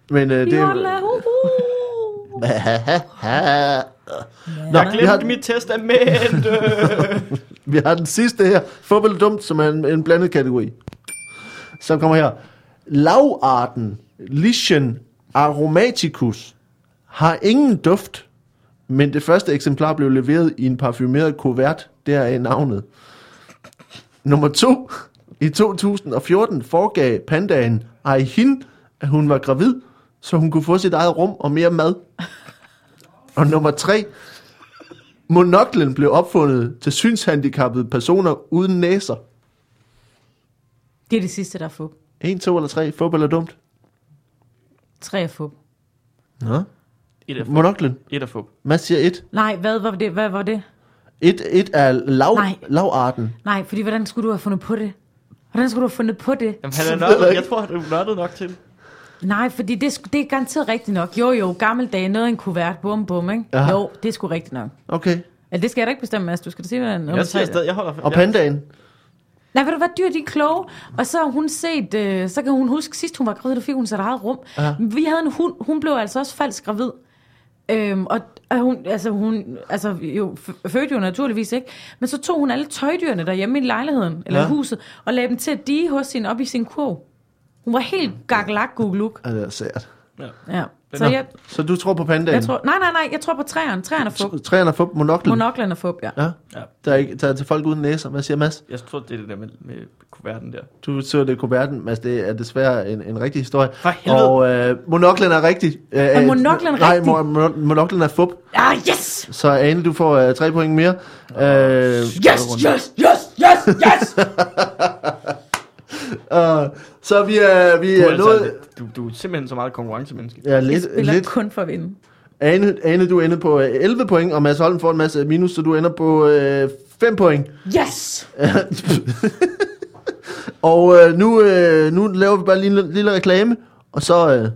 A: men øh, det
C: Jolle,
A: er...
C: uh, uh.
A: Nå,
B: Jeg
A: vi
B: glemte
A: har,
B: har... mit testament.
A: vi har den sidste her, fup eller dumt, som er en, en blandet kategori. Så kommer her. Lavarten Lichen aromaticus har ingen duft, men det første eksemplar blev leveret i en parfumeret kuvert, der er navnet. Nummer to. I 2014 foregav pandaen Aihin, at hun var gravid, så hun kunne få sit eget rum og mere mad. Og nummer tre. Monoklen blev opfundet til synshandicappede personer uden næser.
C: Det er det sidste, der er fup.
A: 1, 2 eller 3. Fup eller dumt?
C: Tre er fup.
A: Nå.
B: Et er fup.
A: Monoklen.
B: Et er fup.
A: Mads siger 1.
C: Nej, hvad var det? Hvad var det?
A: 1, 1 er lav,
C: Nej.
A: lavarten.
C: Nej, fordi hvordan skulle du have fundet på det? Hvordan skulle du have fundet på det?
B: Jamen, han er nørdet. Jeg tror, han er nørdet nok til. det.
C: Nej, fordi det, er sgu- det er garanteret rigtigt nok. Jo, jo, gammeldag, noget i en kuvert, bum, bum, ikke?
A: Ja.
C: Ja. Jo, det er sgu rigtigt nok.
A: Okay.
C: Altså, det skal jeg da ikke bestemme, Mads. Du skal da sige, hvordan
B: Jeg siger stadig, jeg holder...
A: Og
B: jeg,
A: pandaen.
C: Nej, ved du hvad, dyr, de er kloge. Og så har hun set, øh, så kan hun huske, sidst hun var gravid, der fik hun sit eget rum.
A: Ja.
C: Vi havde en hund, hun blev altså også falsk gravid. Øhm, og, og hun, altså hun altså jo, f- fødte jo naturligvis ikke, men så tog hun alle tøjdyrene derhjemme i lejligheden, eller
A: Ja.
C: ja. huset, og lagde dem til at dige hos hende op i sin kurv. Hun var helt gaglak gugluk.
A: Ja, det er sært.
C: Ja. Så
A: Nå,
C: jeg,
A: Så du tror på pandaen?
C: jeg tror, nej, nej, nej, jeg tror på træerne. Træerne er fup.
A: Træerne er fup, monoklen.
C: Monoklen er fup, ja.
A: Ja.
B: Ja.
A: Der er, ikke, der er til folk uden næser. Hvad siger Mads?
B: jeg tror, det er det der med, med kuverten der.
A: Du så det i kuverten, Mads. Det er desværre en, en rigtig historie.
B: For helvede.
A: Og øh, monoklen er rigtig. Øh,
C: Er monoklen
A: nej,
C: rigtig?
A: mon- mon- monoklen er fup.
C: Ah, yes!
A: Så Ane, du får øh, tre point mere. Øh,
C: Yes, yes, yes, yes, yes!
A: og, Øh, så vi er, vi
B: Du,
A: er
B: er altså,
A: nået...
B: du, du er simpelthen så meget konkurrencemenneske.
A: Ja,
C: Jeg
A: lidt,
C: spiller
A: lidt.
C: kun for at vinde.
A: Ane, Ane, du ender på øh, 11 point, og Mads Holm får en masse minus, så du ender på øh, 5 point.
C: Yes!
A: og øh, nu, øh, nu laver vi bare lige en lille, lille reklame, og så... Øh,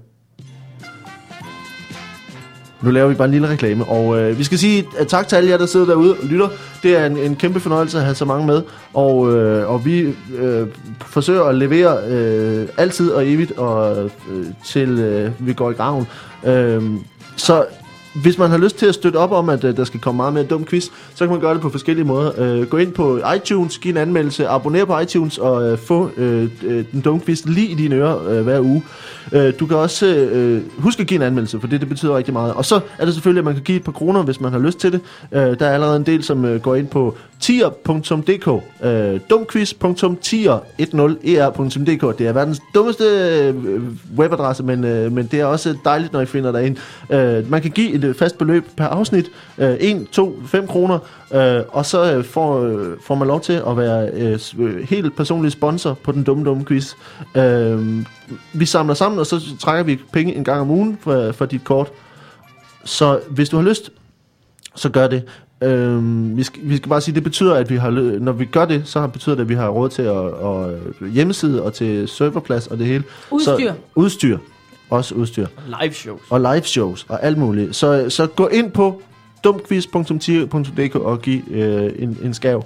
A: nu laver vi bare en lille reklame, og øh, vi skal sige øh, tak til alle jer, der sidder derude og lytter. Det er en, en kæmpe fornøjelse at have så mange med, og, øh, og vi øh, forsøger at levere øh, altid og evigt, og, øh, til øh, vi går i graven. Øh, så hvis man har lyst til at støtte op om, at øh, der skal komme meget mere dum quiz, så kan man gøre det på forskellige måder. Øh, gå ind på iTunes, giv en anmeldelse, abonner på iTunes og øh, få øh, øh, den dumme quiz lige i dine ører øh, hver uge. Øh, du kan også øh, huske at give en anmeldelse, for det, det betyder rigtig meget. Og så er det selvfølgelig, at man kan give et par kroner, hvis man har lyst til det. Øh, der er allerede en del, som øh, går ind på tier.dk. Øh, E dumquiz.tier10er.dk. Det er verdens dummeste øh, webadresse, men, øh, men det er også dejligt, når I finder derinde. Øh, man kan give et øh, fast beløb per afsnit. Øh, 1, 2, 5 kroner. Øh, og så øh, får, øh, får man lov til at være øh, s- øh, helt personlig sponsor på den dumme, dumme quiz. Øh, vi samler sammen, og så trækker vi penge en gang om ugen for, for dit kort. Så hvis du har lyst, så gør det. Øhm, vi, skal, vi skal bare sige, det betyder, at vi har, lø- når vi gør det, så har betyder det, at vi har råd til at, at øh, hjemmeside og til serverplads og det hele.
C: Udstyr.
A: Så, udstyr. Også udstyr.
B: Live shows.
A: Og live shows og alt muligt. Så, så gå ind på dumquiz.tier.dk og giv øh, en, en skav.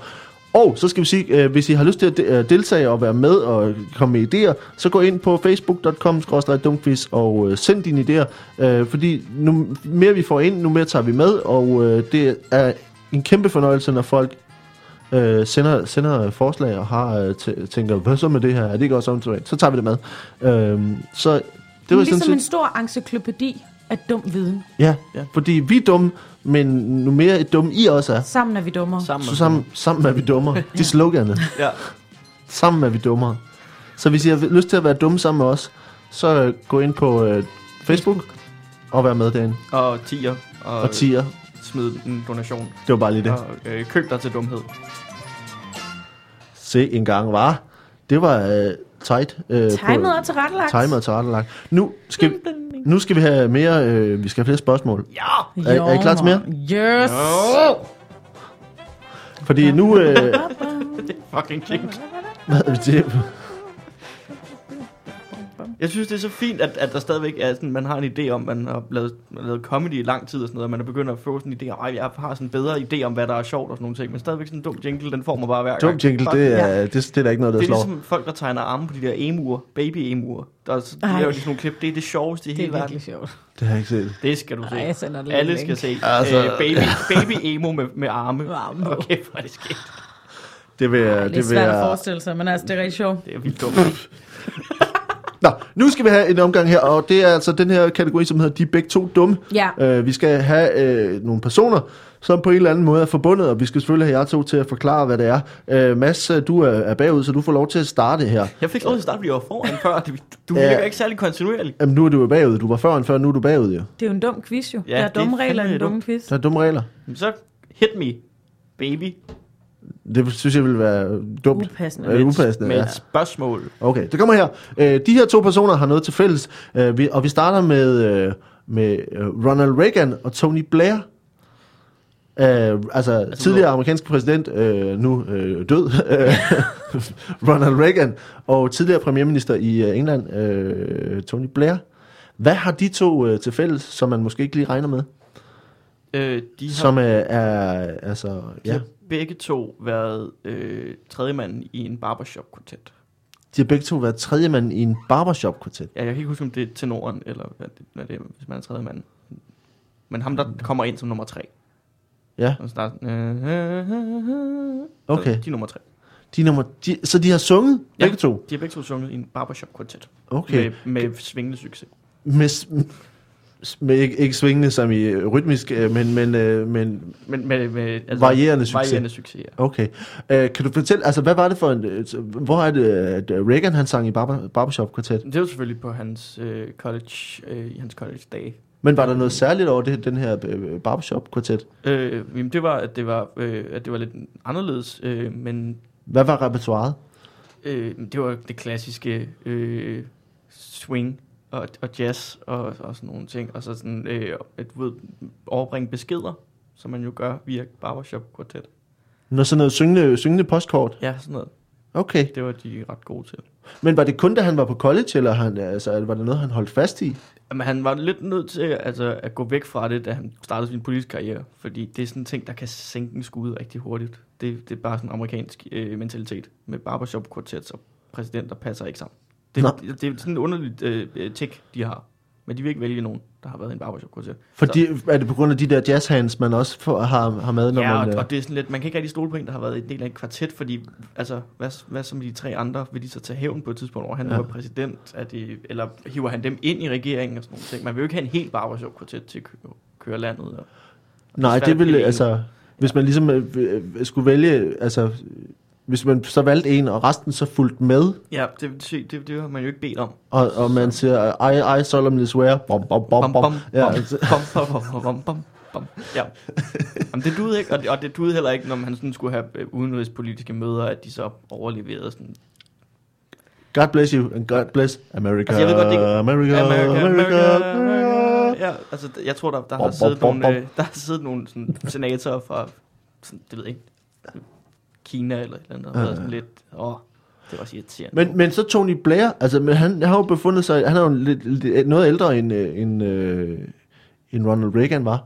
A: Og så skal vi sige, øh, hvis I har lyst til at de- øh, deltage og være med og komme med idéer, så gå ind på facebook.com dumquiz og øh, send dine idéer. Øh, fordi nu mere vi får ind, nu mere tager vi med, og øh, det er en kæmpe fornøjelse, når folk øh, sender, sender forslag og har øh, tæ- tænker, hvad så med det her? Er det ikke også omtrent? Så tager vi det med. Øh, så det var
C: ligesom
A: sådan
C: en
A: set,
C: stor encyklopædi af dum viden.
A: ja,
B: Ja.
A: fordi vi er dumme, men nu mere dumme I også er,
C: Sammen er vi dummere.
B: Sammen.
A: så sammen, sammen er vi dummere. Det er sloganet.
B: Ja.
A: Sammen er vi dummere. Så hvis I har lyst til at være dumme sammen med os, så øh, gå ind på øh, Facebook og vær med derinde.
B: Og tiger. Og,
A: Og tiger.
B: smid en donation.
A: Det var bare lige det.
B: Og øh, køb dig til dumhed.
A: Se en gang, var. Det var øh, tight. Øh,
C: Timet og tilrettelagt.
A: Timet og tilrettelagt. Nu skal, nu skal vi have mere, øh, vi skal have flere spørgsmål.
B: Ja!
A: Er- er I klar til mere?
C: Yes.
B: Oh,
A: Fordi nu... Øh,
B: fucking jinx.
A: hvad er det?
B: Jeg synes, det er så fint, at, at der stadigvæk er sådan, man har en idé om, man har lavet, man har lavet comedy i lang tid og sådan noget, og man er begyndt at få sådan en idé om, "Ej, jeg har sådan en bedre idé om, hvad der er sjovt og sådan nogle ting, men stadigvæk sådan en dum jingle, den får mig bare hver gang.
A: Dum jingle,
B: Fuck.
A: det er, det, det er der ikke noget, der
B: Det er
A: slår.
B: ligesom folk, der tegner arme på de der emuer, baby-emuer. Der er, så- de
C: Ej.
B: laver de sådan nogle klip. Det er det sjoveste i
C: Det
B: hele
C: er
B: verden.
C: virkelig sjovt.
A: Det har jeg ikke set.
B: Det skal du se.
C: Ej, jeg sender lige
B: Alle
C: en
B: skal
C: link.
B: se
A: Altså-
B: altså, baby, baby-emo med, med arme.
C: Med arme på.
B: Okay, hvor er det sket.
A: Det vil, jeg-
C: Det er
A: det vil
C: svært at
A: jeg...
C: forestille sig, men altså, det er rigtig sjovt.
B: Det er vildt dumt.
A: Nå, nu skal vi have en omgang her, og det er altså den her kategori, som hedder De er begge to dumme.
C: Ja.
A: Øh, vi skal have øh, nogle personer, som på en eller anden måde er forbundet, og vi skal selvfølgelig have jer to til at forklare, hvad det er. Øh, Mads, øh, du er, er bagud, så du får lov til at starte her.
B: Jeg fik lov til at starte, fordi jeg var foran før. Du, du
A: Ja.
B: virker ikke særlig kontinuerlig.
A: Jamen, nu er du jo bagud. Du var før end før, nu er du bagud jo.
C: Det er jo en dum quiz, jo.
B: Ja,
C: Ja, der er
B: det er
C: dumme regler i
B: fandme
C: en dum
B: dumt.
C: quiz.
A: Der er dumme regler.
B: Jamen, Så hit me, baby.
A: Det synes jeg ville være dumt.
C: Upassende.
A: Øh, upassende,
B: med
A: ja.
B: et spørgsmål.
A: Okay, det kommer her. Øh, de her to personer har noget til fælles, øh, vi, og vi starter med, øh, med øh, Ronald Reagan og Tony Blair. Øh, altså, altså tidligere
B: nu-
A: amerikansk præsident, øh, nu øh, død, øh, Ronald Reagan, og tidligere premierminister i øh, England, øh, Tony Blair. Hvad har de to øh, til fælles, som man måske ikke lige regner med?
B: Øh, de har
A: Som øh, er, altså,
B: De
A: ja,
B: har begge to været øh, tredje mand i en barbershop-kvartet.
A: de har begge to været tredje mand i en barbershop-kvartet.
B: Ja, jeg kan ikke huske, om det er tenoren, eller hvad det, hvad det er, hvis man er tredje mand. Men ham, der kommer ind som nummer tre.
A: Ja,
B: Og så der, øh,
A: Okay.
B: Så de er nummer tre.
A: de er nummer, de, så de har sunget,
B: Ja.
A: begge to?
B: De har begge to sunget i en barbershop-kvartet.
A: Okay.
B: Med, med svingende succes.
A: med, s- s- med ikke, ikke svingende som i øh, rytmisk, øh, men, men, øh, men
B: Men med, med altså,
A: Varierende succes.
B: Varierende succes, ja.
A: okay. Øh, kan du fortælle, altså hvad var det for en, øh, t- hvor er det, at øh, Reagan han sang i barber, Barbershop Quartet,
B: Det var selvfølgelig på hans øh, college, øh, i hans college-dage.
A: men var der noget særligt over det, den her øh, Barbershop Quartet?
B: Øh, jamen, det var, at det var, øh, at det var lidt anderledes, øh, men
A: Hvad var repertoiret?
B: Øh, det var det klassiske øh, swing og, og jazz og, og sådan nogle ting. Og så sådan, øh, at du ved, overbringe beskeder, som man jo gør via barbershop kvartet.
A: Noget sådan noget syngende, syngende postkort?
B: Ja, sådan noget.
A: Okay.
B: Det var de ret gode til.
A: Men var det kun, da han var på college, eller han, altså, var det noget, han holdt fast i?
B: Men han var lidt nødt til altså, at gå væk fra det, da han startede sin politiske karriere. Fordi det er sådan en ting, der kan sænke en skud rigtig hurtigt. Det, det er bare sådan en amerikansk øh, mentalitet med barbershop kvartet og præsidenter passer ikke sammen. Det,
A: Nå.
B: det, det er sådan en underlig øh, øh, tik, de har. Men de vil ikke vælge nogen, der har været i en barbershop kvartet.
A: Fordi, er det på grund af de der jazzhands, man også får, har, har med, når
B: Ja,
A: man...
B: og,
A: øh,
B: og det er sådan lidt, man kan ikke rigtig stole på en, der har været en del af en kvartet, fordi altså, hvad, hvad så med de tre andre? Vil de så tage hævn på et tidspunkt, hvor han
A: Ja.
B: ja. var præsident? Er de, eller hiver han dem ind i regeringen og sådan nogle ting? Man vil jo ikke have en helt barbershop kvartet til at køre, køre landet. Og,
A: Nej,
B: svært
A: det
B: at
A: ville,
B: pille en
A: altså, hvis man ligesom øh, øh, skulle vælge, altså, hvis man så valgte en, og resten så fulgte med,
B: ja, det, vil sige, det, det har man jo ikke bedt om.
A: og, og man siger, I, I solemnly swear, bom, bom, bom, bom. Ja,
B: bom,
A: altså,
B: bom, bom, bom, bom, bom, bom. Ja. Jamen, det duede ikke, og det, og det duede heller ikke, når han sådan skulle have øh, udenrigspolitiske møder, at de så overleverede sådan
A: God bless you, and God bless America,
B: Altså, jeg ved godt, det ikke-
A: America, America, America, America.
B: Ja, altså, d- jeg tror, der, der,
A: Bom,
B: har, siddet
A: bom, bom,
B: nogle, øh, der har siddet nogle sådan, senatorer fra, sådan, det ved jeg ikke, Kina eller et eller andet, der har
A: Ja,
B: været sådan
A: ja.
B: lidt, åh, det var også irriterende.
A: Men, men så Tony Blair, altså, men han, han har jo befundet sig, han er jo lidt, lidt, noget ældre end, øh, end, øh, end Ronald Reagan var.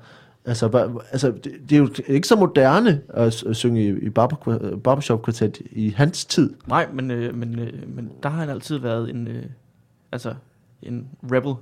A: Altså, hva- altså det, det er jo ikke så moderne at, s- at synge i, i barber- barbershop-kvartet i hans tid.
B: Nej, men, øh, men, øh, men der har han altid været en, øh, altså, en rebel.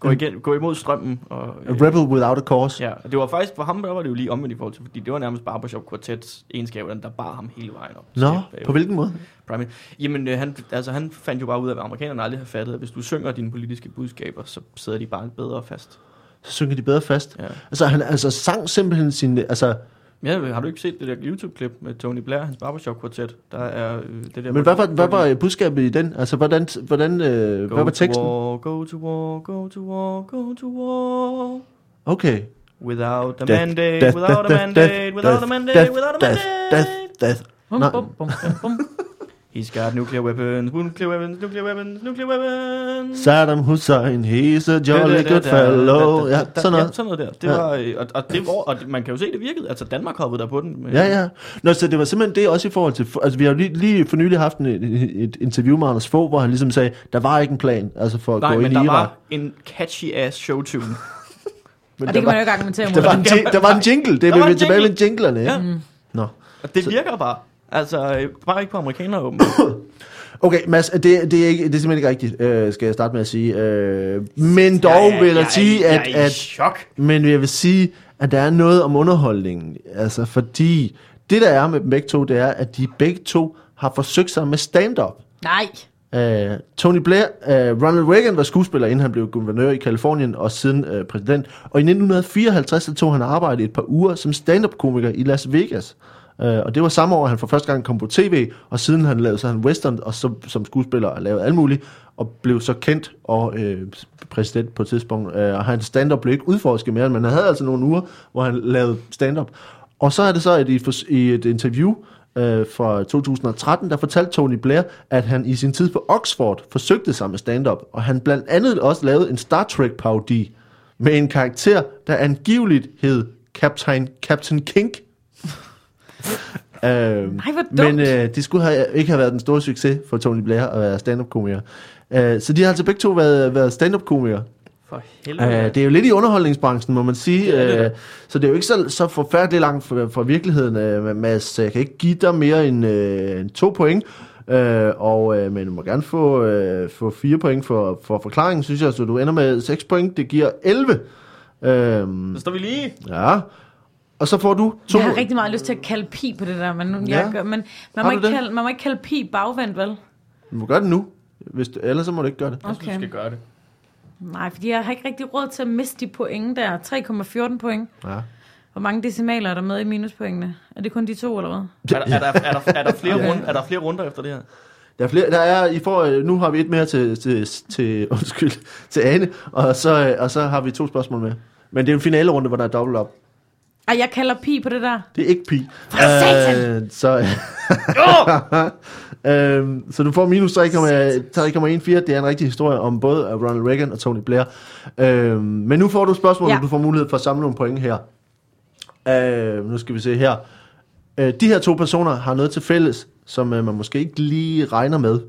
B: Gå, igen, gå imod strømmen. Og, øh,
A: A rebel without a cause.
B: Ja, og det var faktisk, for ham der var det jo lige omvendt i forhold til, fordi det var nærmest Barbershop Quartets egenskab, den der bar ham hele vejen op. til
A: Nå,
B: bagud.
A: på hvilken måde?
B: Primary. Jamen, øh, han, altså, han fandt jo bare ud af, at amerikanerne aldrig har fattet, at hvis du synger dine politiske budskaber, så sidder de bare bedre fast.
A: Så synger de bedre fast.
B: Ja.
A: Altså, han altså, sang simpelthen sin... Altså,
B: Ja, øh, har du ikke set det der YouTube-klip med Tony Blair, hans Barbershop Quartet? Der er øh, det der...
A: men hvad var, hvad var budskabet i den? Altså, hvordan, hvordan, øh, hvad var teksten?
B: Go to war, go to war, go to war, go to war.
A: Okay.
B: Without a
A: Death,
B: mandate,
A: death,
B: without a
A: death, death,
B: mandate, without a
A: death,
B: mandate,
A: death,
B: without a
A: death, death,
B: mandate.
A: death.
C: Bum,
A: Nej.
C: bum, bum, bum, bum.
B: He's got nuclear weapons, nuclear weapons, nuclear weapons, nuclear weapons.
A: Saddam Hussein, he's a jolly
B: Da, da, da,
A: good
B: da,
A: fellow.
B: da, da,
A: Ja,
B: da, da.
A: sådan
B: Ja,
A: noget.
B: sådan noget der. Det
A: Ja.
B: var, øh, og, og, det, var- og det- man kan jo se, det virkede. Altså, Danmark hoppede der på den. med-
A: Ja, ja. Nå, så det var simpelthen det også i forhold til... Altså, vi har jo lige, lige for nylig haft en, et interview med Anders Fogh, hvor han ligesom sagde, der var ikke en plan altså for at
B: Nej,
A: gå ind
B: men
A: i
B: der
A: Irak.
B: var en catchy-ass showtune.
A: men der
C: Og det kan
A: var,
C: man jo ikke argumentere
A: der, var
C: mod.
A: en, ti- der var en jingle. Det
B: Der
A: er vi
B: var en
A: vi er tilbage
B: jingle.
A: med jinglerne. Ja.
B: Ja. Mm.
A: ja. Nå.
B: Og det virker bare. Altså, øh, bare ikke på amerikanere åbenbart.
A: Okay, Mads, det, det, er ikke, det er simpelthen ikke rigtigt, øh, skal jeg starte med at sige. Øh, men dog
B: Jeg er-
A: vil jeg,
B: er-
A: sige,
B: jeg
A: at,
B: er i
A: at
B: chok.
A: Men jeg vil sige, at der er noget om underholdningen. Altså, fordi det, der er med dem begge to, det er, at de begge to har forsøgt sig med stand-up.
C: Nej.
A: Uh, Tony Blair, uh, Ronald Reagan var skuespiller, inden han blev guvernør i Kalifornien og siden uh, præsident. Og i 1954 så tog han arbejde et par uger som stand-up-komiker i Las Vegas. Uh, og det var samme år, han for første gang kom på tv, og siden han lavede så han western og så, som skuespiller og lavede alt muligt, og blev så kendt og øh, præsident på et tidspunkt. Øh, og hans stand-up blev ikke udforsket mere, men han havde altså nogle uger, hvor han lavede stand-up. Og så er det så, at i et, fors- i et interview øh, fra 2013, der fortalte Tony Blair, at han i sin tid på Oxford forsøgte sig med stand-up, og han blandt andet også lavede en Star Trek-parodi med en karakter, der angiveligt hed Captain, Captain Kink. øhm,
C: Nej, hvor dumt.
A: men øh, det skulle have, ikke have været den store succes for Tony Blair at være stand-up-komiker. Øh, så de har altså begge to været, været stand-up-komikere.
B: For
A: Øh,
B: helvede.
A: det er jo lidt i underholdningsbranchen, må man sige.
B: Det er det da.
A: øh, så det er jo ikke så, så forfærdeligt langt fra, fra virkeligheden, øh, Mads. Så Jeg kan ikke give dig mere end, øh, end to point. Øh, og, øh, men du må gerne få, øh, få fire point for, for forklaringen, synes jeg. Så du ender med 6 point. Det giver 11. Øh,
B: Så står vi lige.
A: ja. Og så får du to.
C: Jeg har rigtig meget lyst til at kalde pi på det der, men, nu,
A: Ja.
C: jeg gør, men man,
A: Har
C: må
A: du
C: ikke
A: det?
C: kalde, man må ikke kalde pi bagvendt, vel?
A: Du må gøre det nu. Hvis du, ellers så må du ikke gøre det.
B: Jeg synes,
C: Okay.
B: vi skal gøre det.
C: Nej, fordi jeg har ikke rigtig råd til at miste de point der. 3,14 point.
A: Ja.
C: Hvor mange decimaler er der med i minuspoengene? Er det kun de to, eller hvad?
B: Er der, er der, er der, er der, flere, runde, er der flere runder efter det her?
A: Der er flere, der er, I får, øh, nu har vi et mere til, til, til, undskyld, til Ane, og så, øh, og så har vi to spørgsmål med. Men det er en finalerunde, hvor der er dobbelt op.
C: Ej, jeg kalder pi på det der.
A: Det er ikke pi.
C: For
A: Øh,
C: satan!
A: så, øh, så du får minus 3,14. Det er en rigtig historie om både Ronald Reagan og Tony Blair. Øh, men nu får du spørgsmål,
C: Ja.
A: ja. du får mulighed for at samle nogle point her. Øh, nu skal vi se her. Øh, de her to personer har noget til fælles, som øh, man måske ikke lige regner med.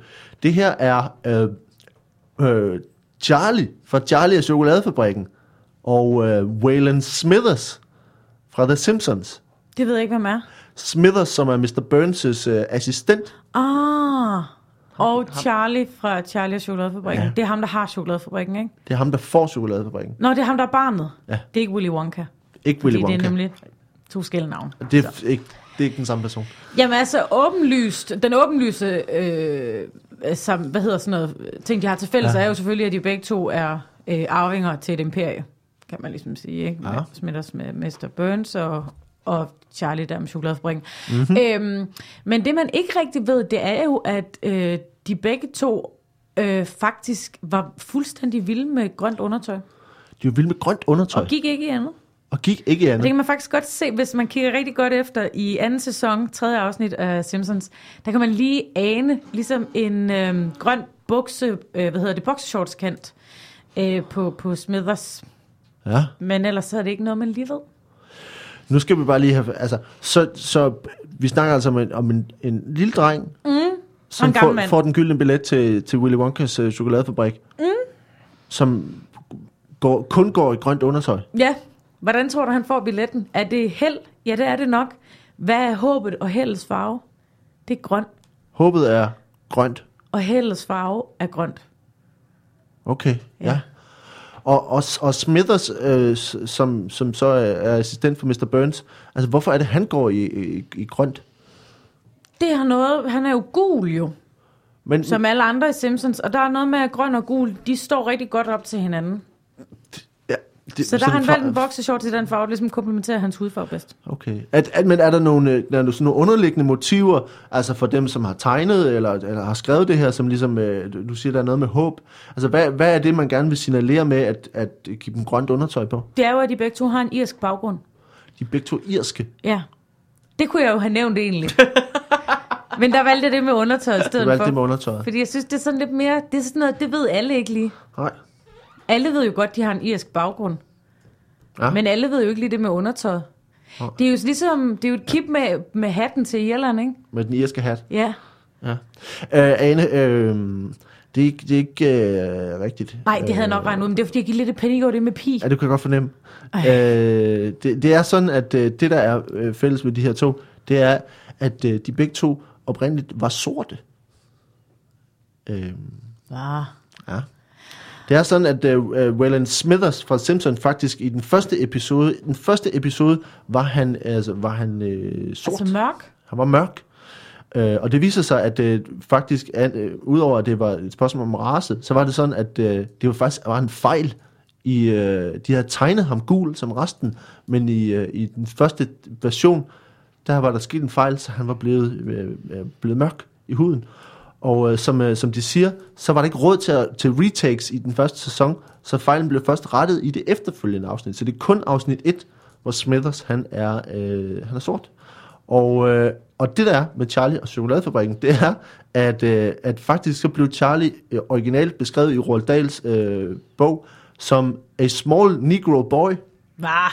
A: Det her er øh, øh, Charlie fra Charlie og Chokoladefabrikken og øh, Waylon Smithers fra The Simpsons.
C: Det ved jeg ikke, hvem er.
A: Smithers, som er Mr. Burns' øh, assistent.
C: Ah, og Charlie fra Charlie og Chokoladefabrikken. Ja. Det er ham, der har Chokoladefabrikken, ikke?
A: Det er ham, der får chokoladefabrikken.
C: Nå, det er ham, der er barnet.
A: Ja.
C: Det er ikke Willy Wonka.
A: Ikke
C: Willy
A: Willy Wonka.
C: fordi Wonka. det er nemlig to skældnavne.
A: det, er f- ikke, det er ikke den samme person.
C: Jamen altså, åbenlyst, den åbenlyse, øh, som, hvad hedder sådan noget, ting, de har til fælles, ja. er jo selvfølgelig, at de begge to er øh, arvinger til et imperie, kan man ligesom sige, ikke? Ja.
A: Ja.
C: Smitters med Mr. Burns og, og Charlie der med chokoladefabrikken. Mm-hmm. Øhm, men det, man ikke rigtig ved, det er jo, at øh, de begge to øh, faktisk var fuldstændig vilde med grønt undertøj,
A: De er jo vilde med grønt undertøj.
C: og gik ikke i andet.
A: Og gik ikke i
C: Og det
A: andet.
C: kan man faktisk godt se, hvis man kigger rigtig godt efter i anden sæson, tredje afsnit af Simpsons. Der kan man lige ane, ligesom en øh, grøn bukse, øh, hvad hedder det, boxershorts kant øh, på, på Smithers.
A: Ja.
C: Men ellers så er det ikke noget, man lige ved.
A: Nu skal vi bare lige have... Altså, så, så vi snakker altså om en, om en, en lille dreng, mm.
C: Og
A: som
C: en gammel
A: får,
C: mand.
A: får den gyldne billet til, til Willy Wonkas øh, chokoladefabrik, mm. som går, kun går i grønt undertøj.
C: Ja, Hvordan tror du, han får billetten? Er det held? Ja, det er det nok. Hvad er håbet og heldets farve? Det er grøn.
A: Håbet er grønt.
C: Og heldets farve er grønt.
A: Okay, ja. ja. Og, og, og Smithers, øh, s- som, som så er, er assistent for Mr. Burns, altså hvorfor er det, han går i, i, i grønt?
C: Det har noget... Han er jo gul jo,
A: Men,
C: som alle andre i Simpsons. Og der er noget med, at grøn og gul, de står rigtig godt op til hinanden.
A: ja, det,
C: Så der har
A: sådan
C: han
A: fra-
C: valgt en boxershort til den farve, der ligesom komplementerer hans hudfarve bedst.
A: Okay. At, at, men er der nogle, øh, der er sådan nogle underliggende motiver, altså for dem, som har tegnet eller, eller har skrevet det her, som ligesom, øh, du du siger, der er noget med håb. Altså hvad, hvad er det, man gerne vil signalere med at, at give dem grønt undertøj på?
C: Det er jo, at de begge to har en irsk baggrund.
A: De er begge to irske.
C: Ja. Det kunne jeg jo have nævnt egentlig. Men der valgte jeg det med undertøj i
A: Du
C: stedet
A: valgte
C: for.
A: det med undertøjet.
C: Fordi jeg synes, det er sådan lidt mere... Det er sådan noget, det ved alle ikke lige.
A: Nej.
C: Alle ved jo godt, de har en irsk baggrund.
A: Ja.
C: Ja. Men alle ved jo ikke lige det med undertøj. Det er jo ligesom, det er jo et kip med, med hatten til Irland, ikke?
A: Med den irske hat.
C: Ja.
A: Ja. Øh, Ane, øh, det er ikke, det er ikke øh, rigtigt.
C: Nej, det havde jeg nok regnet ud, men det er fordi, jeg gik lidt i panik over det med pi.
A: Ja, det kan jeg godt fornemme. Øh, det, det er sådan, at øh, det, der er øh, fælles med de her to, det er, at øh, de begge to oprindeligt var sorte. Øh,
C: Ah.
A: ja. Det er sådan, at øh, øh, Wayland Smithers fra Simpson faktisk i den første episode, den første episode var han, altså, var han øh, sort.
C: Altså mørk.
A: Han var mørk. Øh, og det viser sig, at øh, faktisk, at, øh, udover at det var et spørgsmål om race, så var det sådan, at øh, det var faktisk var en fejl. I, øh, de havde tegnet ham gul som resten, men i, øh, i den første version, der var der sket en fejl, så han var blevet, øh, øh, blevet mørk i huden. Og øh, som, øh, som de siger, så var der ikke råd til, at, til retakes i den første sæson, så fejlen blev først rettet i det efterfølgende afsnit. Så det er kun afsnit 1, hvor Smithers han er, øh, han er sort. Og, øh, og det der er med Charlie og chokoladefabrikken, det er, at, øh, at faktisk så blev Charlie øh, originalt beskrevet i Roald Dahls øh, bog som a small negro boy.
C: Ah,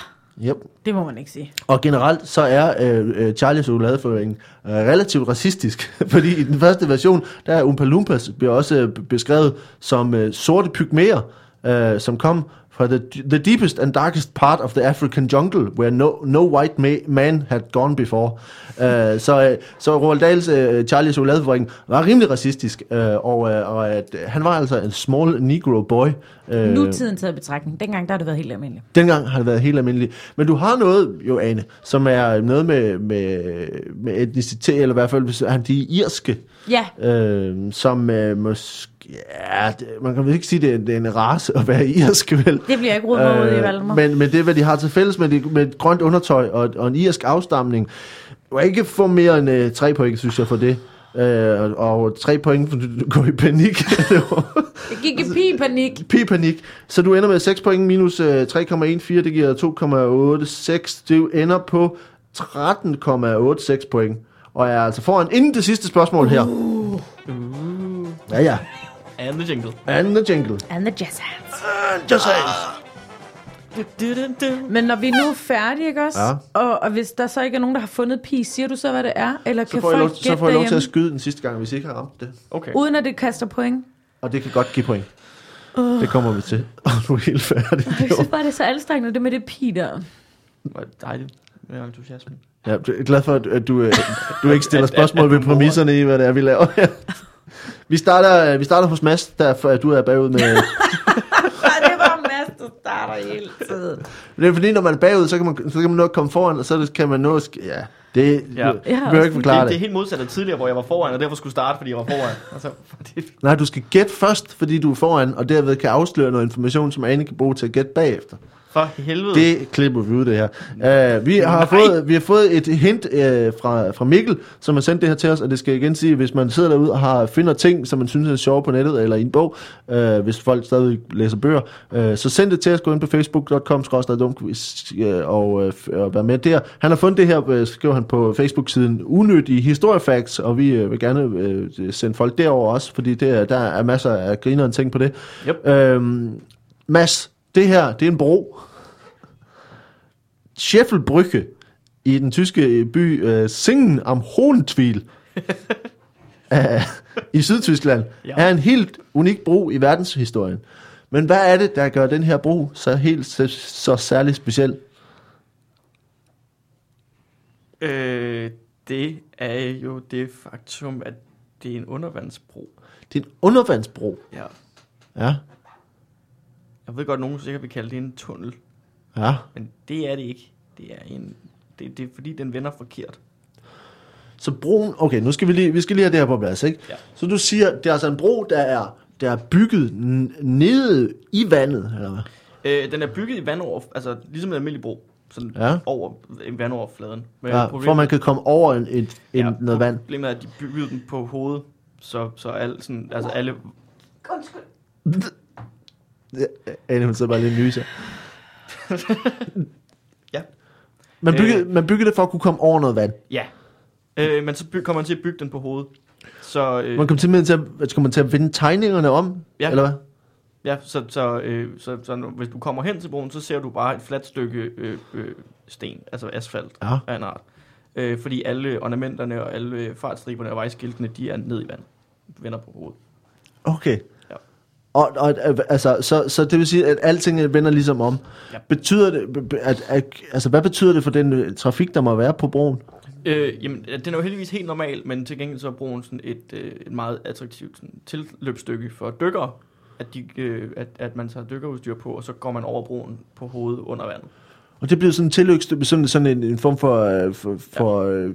A: Yep.
C: det må man ikke sige.
A: Og generelt så er øh, øh, Charlie og chokoladefabrikken øh, relativt racistisk, fordi i den første version, der er Oompa Loompas bliver også øh, beskrevet som øh, sorte pygmæer, øh, som kom fra the, the deepest and darkest part of the African jungle, where no, no white ma- man had gone before. Øh, så, øh, så Roald Dahls øh, Charlie og chokoladefabrikken var rimelig racistisk, øh, og, øh, og at, øh, han var altså en small negro boy. Øh,
C: Nutiden taget i betragtning. Dengang, der har det været helt almindeligt.
A: Dengang har det været helt almindeligt. Men du har noget, jo Ane, som er noget med, med, med etnicitet, eller i hvert fald, hvis han de er irske,
C: Ja,
A: øh, som øh, måske... Ja, det, man kan vel ikke sige, det er, det er en race at være irsk, vel?
C: det bliver jeg ikke rodet øh, ud i Valdemar.
A: men, men det er, hvad de har til fælles med, de, med et grønt undertøj og, og en irsk afstamning. Du kan ikke få mere end øh, tre point, synes jeg, for det. Øh, og, og tre point, for du, du går i panik. Det var-
C: Jeg gik i pi-panik.
A: P-panik. Så du ender med 6 point minus øh, 3,14, det giver 2,86. Du ender på 13,86 point. Og er altså foran inden det sidste spørgsmål her.
B: Uh.
A: Ja, ja.
B: Andet jingle.
A: Anden jingle. Ah,
C: And the jazz hands.
B: Ah,
A: Just hands.
C: Men når vi nu er færdige, ikke også?
A: Ja.
C: Og, og, hvis der så ikke er nogen, der har fundet pi, siger du så, hvad det er? Eller
A: Så
C: kan
A: får, jeg
C: folk
A: lov,
C: gætte
A: så får jeg lov til
C: derhjemme,
A: at skyde den sidste gang, hvis I ikke har ramt det.
B: Okay.
C: Uden at det kaster point?
A: Og det kan godt give point.
C: Uh.
A: Det kommer vi til. Og nu er helt færdig.
C: Jeg synes bare, det er så anstrengende, det med det pi der.
B: Hvor er det dejligt med entusiasme.
A: Ja, jeg er glad for, at- at du, øh, du ikke stiller
B: At- at- at
A: spørgsmål ved
B: du morer.
A: præmisserne i, hvad det er, vi laver her. Vi starter, øh, vi starter hos Mads, der du er bagud med
C: det var Mads, der starter hele tiden.
A: Det er fordi, når man er bagud, så kan man, så kan man nå at komme foran, og så det- kan man nå at... sk- Ja, det ja.
C: Jeg
B: Ja.
C: har
A: behøver
C: også
A: ikke
B: Det,
A: forklare
B: det, er
A: det.
B: helt modsat af tidligere, hvor jeg var foran, og derfor skulle starte, fordi jeg var foran. Altså, det,
A: Nej, du skal gætte først, fordi du er foran, og derved kan afsløre noget information, som Ane kan bruge til at gætte bagefter.
B: for helvede.
A: Det klipper vi ud, det her. Uh, vi, har
B: Nej.
A: fået, vi har fået et hint uh, fra, fra Mikkel, som har sendt det her til os, og det skal jeg igen sige, hvis man sidder derude og har, finder ting, som man synes er sjove på nettet eller i en bog, uh, hvis folk stadig læser bøger, uh, så send det til os, gå ind på facebook.com, dumquiz, uh, og, uh, og vær med der. Han har fundet det her, uh, skriver han på Facebook-siden, unødige historiefacts, og vi uh, vil gerne uh, sende folk derover også, fordi det, er- der er masser af grineren ting på det.
B: Yep.
A: Øhm, Mads, det her, det er en bro. Scheffelbrygge i den tyske by uh, Singen am Hohentwiel uh, i Sydtyskland
B: Ja.
A: ja. er en helt unik bro i verdenshistorien. Men hvad er det, der gør den her bro så helt så, så særlig speciel?
B: Øh, det er jo det faktum, at det er en undervandsbro.
A: Det er en undervandsbro.
B: Ja.
A: Ja,
B: Jeg ved godt, nogen sikkert vil kalde det en tunnel,
A: ja.
B: men det er det ikke. Det er en... Det, det er fordi, den vender forkert.
A: Så broen, okay, nu skal vi lige, vi skal lige have det her på plads, ikke?
B: Ja.
A: Så du siger, det er altså en bro, der er, der er bygget n- nede i vandet, eller hvad?
B: Øh, den er bygget i vandover, altså ligesom en almindelig bro. Sådan
A: Ja.
B: ja. over en vandoverfladen. Men
A: Ja, for at man kan komme over en, et, en,
B: ja,
A: noget vand.
B: Problemet er, at de byggede den på hovedet, så, så al, sådan, altså alle...
A: Anne, hun sidder bare lidt nyser.
B: Ja.
A: Man byggede, øh. man byggede det for at kunne komme over noget vand.
B: Ja. Øh, men så by, kommer man til at bygge den på hovedet. Så, øh,
A: Man kom simpelthen til at, skal man til at vende tegningerne om,
B: Ja.
A: eller hvad?
B: Ja, så, så, øh, så, så nu- hvis du kommer hen til broen, så ser du bare et fladt stykke øh, øh, sten, altså asfalt
A: Ja.
B: af en art. Øh, fordi alle ornamenterne og alle øh, fartstriberne og vejskiltene, de er ned i vand. Vender på hovedet.
A: Okay.
B: Ja.
A: Og, og altså, så, så det vil sige, at alting vender ligesom om.
B: Ja.
A: Betyder det, at, at, altså, hvad betyder det for den øh, trafik, der må være på broen?
B: Øh, jamen, ja, den er jo heldigvis helt normal, men til gengæld så er broen sådan et, øh, et meget attraktivt sådan, tilløbsstykke for dykkere, at, de, øh, at, at man tager dykkerudstyr på, og så går man over broen på hovedet under vandet.
A: Og det blev sådan en tilløbsstykke, sådan, sådan en, en form for... øh, for, for øh,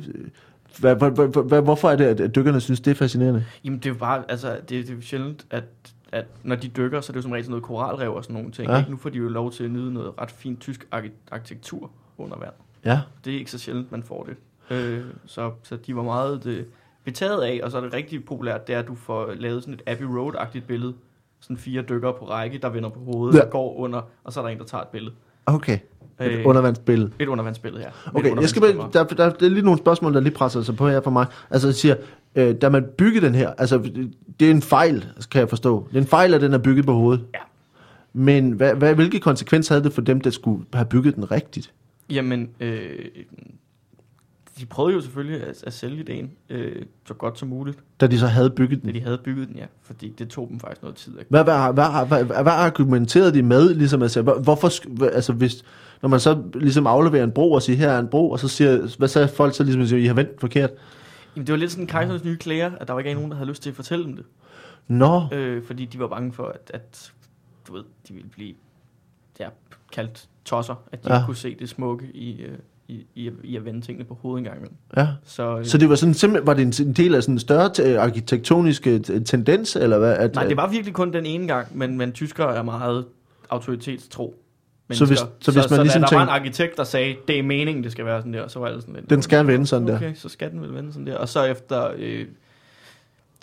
A: hvad, hvad, hvad, hvad, hvorfor er det, at- at dykkerne synes, det er fascinerende?
B: Jamen det er jo bare, altså det, det er jo sjældent, at, at når de dykker, så er det jo som regel sådan noget koralrev og sådan nogle ting.
A: Ja.
B: Ja. Ikke? Nu får de jo lov til at nyde noget ret fint tysk arki- arkitektur under vand.
A: Ja.
B: Det er ikke så sjældent, man får det. Øh, så, så de var meget øh, betaget af, og så er det rigtig populært, det er, at du får lavet sådan et Abbey Road-agtigt billede. Sådan fire dykkere på række, der vender på hovedet,
A: Ja.
B: ja. går under, og så er der en, der tager et billede.
A: Okay. Et
B: Øh.
A: undervandsbillede.
B: Et undervandsbillede her.
A: Okay, jeg skal bare, der, der, der er lige nogle spørgsmål, der lige presser sig på her for mig. Altså, jeg siger, øh, da man byggede den her, altså, det er en fejl, kan jeg forstå. Det er en fejl, at den er bygget på hovedet.
B: Ja.
A: Men hvad, hvad, hvilke konsekvenser havde det for dem, der skulle have bygget den rigtigt?
B: Jamen, øh, de prøvede jo selvfølgelig at, at sælge ideen øh, så godt som muligt.
A: Da de så havde bygget
B: Da
A: den?
B: de havde bygget den, ja. Fordi det tog dem faktisk noget tid. At...
A: Hvad, hvad, hvad, hvad, hvad, hvad argumenterede de med, ligesom altså, hvor- hvorfor, sk- hva- altså hvis, når man så ligesom afleverer en bro og siger, her er en bro, og så siger, hvad sagde folk så ligesom, siger, I har vendt forkert?
B: Jamen, det var lidt sådan kejsernes nye klæder, at der var ikke nogen, der havde lyst til at fortælle dem det.
A: Nå,
B: Øh, fordi de var bange for, at, at du ved, de ville blive ja, kaldt tosser. At de
A: Ja.
B: ja. kunne se det smukke i, øh, i, i, at- i at vende tingene på hovedet engang imellem.
A: ja.
B: Så, øh,
A: Så det var sådan simpelthen, var det en, en del af sådan en større te- arkitektonisk øh, t- tendens, eller hvad? At,
B: nej, det var virkelig kun den ene gang, men, men tyskere er meget autoritetstro.
A: Så hvis-
B: mennesker.
A: så hvis man
B: så,
A: ligesom
B: da der var en
A: tænkte-
B: arkitekt, der sagde, det er meningen, det skal være sådan der, så var alle sådan lidt...
A: Den skal vende sådan okay. der.
B: Okay, så skal den vel vende sådan der. Og så efter øh,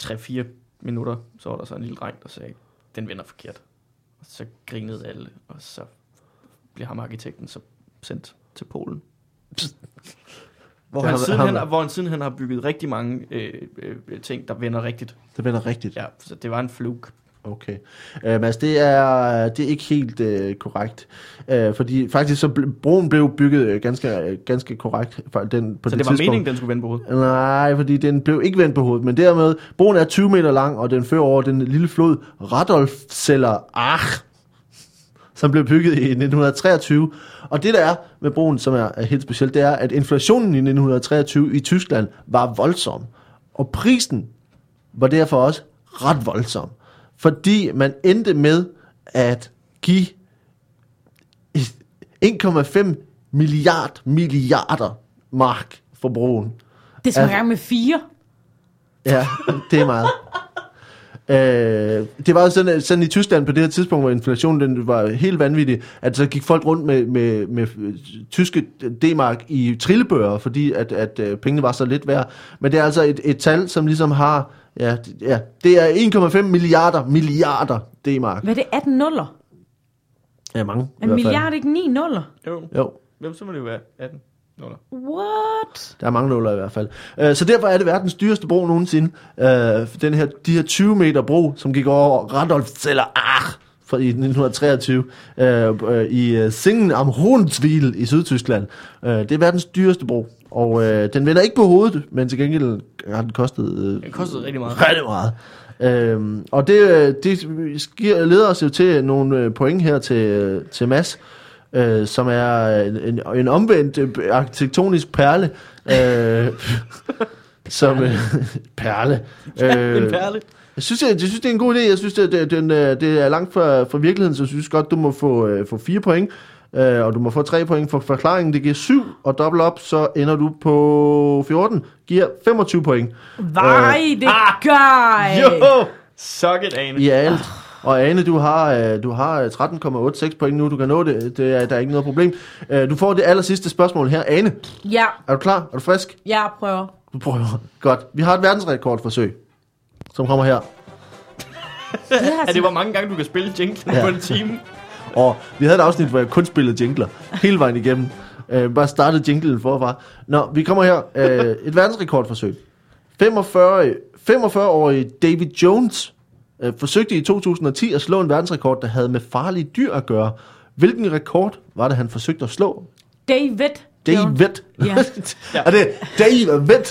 B: 3-4 minutter, så var der så en lille dreng, der sagde, den vender forkert. Og så grinede alle, og så blev ham arkitekten så sendt til Polen. Hvor
A: Det
B: han,
A: har-
B: sidenhen,
A: har-
B: hvor han sidenhen har bygget rigtig mange øh, øh, ting, der vender rigtigt.
A: Det vender rigtigt.
B: Ja, så det var en fluk.
A: Okay. Øh, Mads, det er, det er ikke helt øh, korrekt. Øh, fordi faktisk så ble, broen blev bygget øh, ganske, øh, ganske korrekt for den, på
B: Så
A: det,
B: det, var
A: tidspunkt.
B: meningen, den skulle vende på hovedet.
A: Nej, fordi den blev ikke vendt på hovedet, men dermed, broen er 20 meter lang, og den fører over den lille flod Radolfzeller Ach, som blev bygget i 1923. Og det der er med broen, som er er helt specielt, det er, at inflationen i 1923 i Tyskland var voldsom, og prisen var derfor også ret voldsom, fordi man endte med at give 1,5 milliard milliarder mark for broen.
C: Det er som en
A: Altså-
C: gang med fire.
A: Ja, det er meget. Øh, det var jo sådan, sådan i Tyskland på det her tidspunkt, hvor inflationen den var helt vanvittig, at så gik folk rundt med, med, med tyske D-mark i trillebøger, fordi at, at øh, pengene var så lidt værd. Men det er altså et, et tal, som ligesom har... Ja, det- ja, det er 1,5 milliarder milliarder D-mark.
C: Hvad er det? 18 nuller?
A: Ja, mange. i
C: Er
A: hvert
C: en
A: fald.
C: milliard ikke 9 nuller?
B: Jo,
A: Jo,
B: Jamen, så må det jo være 18. Nå, nå.
C: What?
A: der er mange nuller i hvert fald. Øh, så derfor er det verdens dyreste bro nogensinde. Øh, den her, de her 20 meter bro, som gik over Radolfzeller Ach fra i 1923 øh, øh, i øh, Singen am Hohenzwiel i Sydtyskland. Øh, det er verdens dyreste bro, og øh, den vender ikke på hovedet, men til gengæld har den kostet øh,
B: Den kostede rigtig meget.
A: rigtig meget. Øhm, og det, øh, det sker, leder os jo til nogle øh, point her til, øh, til Mads. øh, som er en, en, en omvendt øh, arkitektonisk perle. Øh, som øh, perle. Øh,
B: En perle.
A: jeg synes, jeg, jeg synes, det er en god idé. Jeg synes, det, det, den, øh, det er langt fra, fra virkeligheden, så jeg synes godt, du må få, øh, få fire point. Øh, og du må få tre point for forklaringen. Det giver syv, og dobbelt op, så ender du på 14. Giver 25 point
C: Vej,
A: Øh.
C: det
A: Ah!
C: gør jeg.
B: Jo! Suck it, Ane.
A: i alt. Og Ane, du har, øh, du har øh, 13,86 point nu. Du kan nå det. det er, der er ikke noget problem. Øh, du får det aller sidste spørgsmål her. Ane,
C: Ja,
A: er du klar? Er du frisk?
C: jeg prøver.
A: Du prøver. Godt. Vi har et verdensrekordforsøg, som kommer her.
C: Det
B: Er
C: her,
B: det, hvor mange gange du kan spille jinglen
A: Ja.
B: på en time?
A: Og vi havde et afsnit, hvor jeg kun spillede jingler hele vejen igennem. Øh, bare startede jinglen forfra. Nå, vi kommer her. Øh, et verdensrekordforsøg. 45 45-årige David Jones øh, forsøgte i 2010 at slå en verdensrekord, der havde med farlige dyr at gøre. Hvilken rekord var det, han forsøgte at slå?
C: David. Jones.
A: David.
C: Ja.
B: Ja.
A: er det David?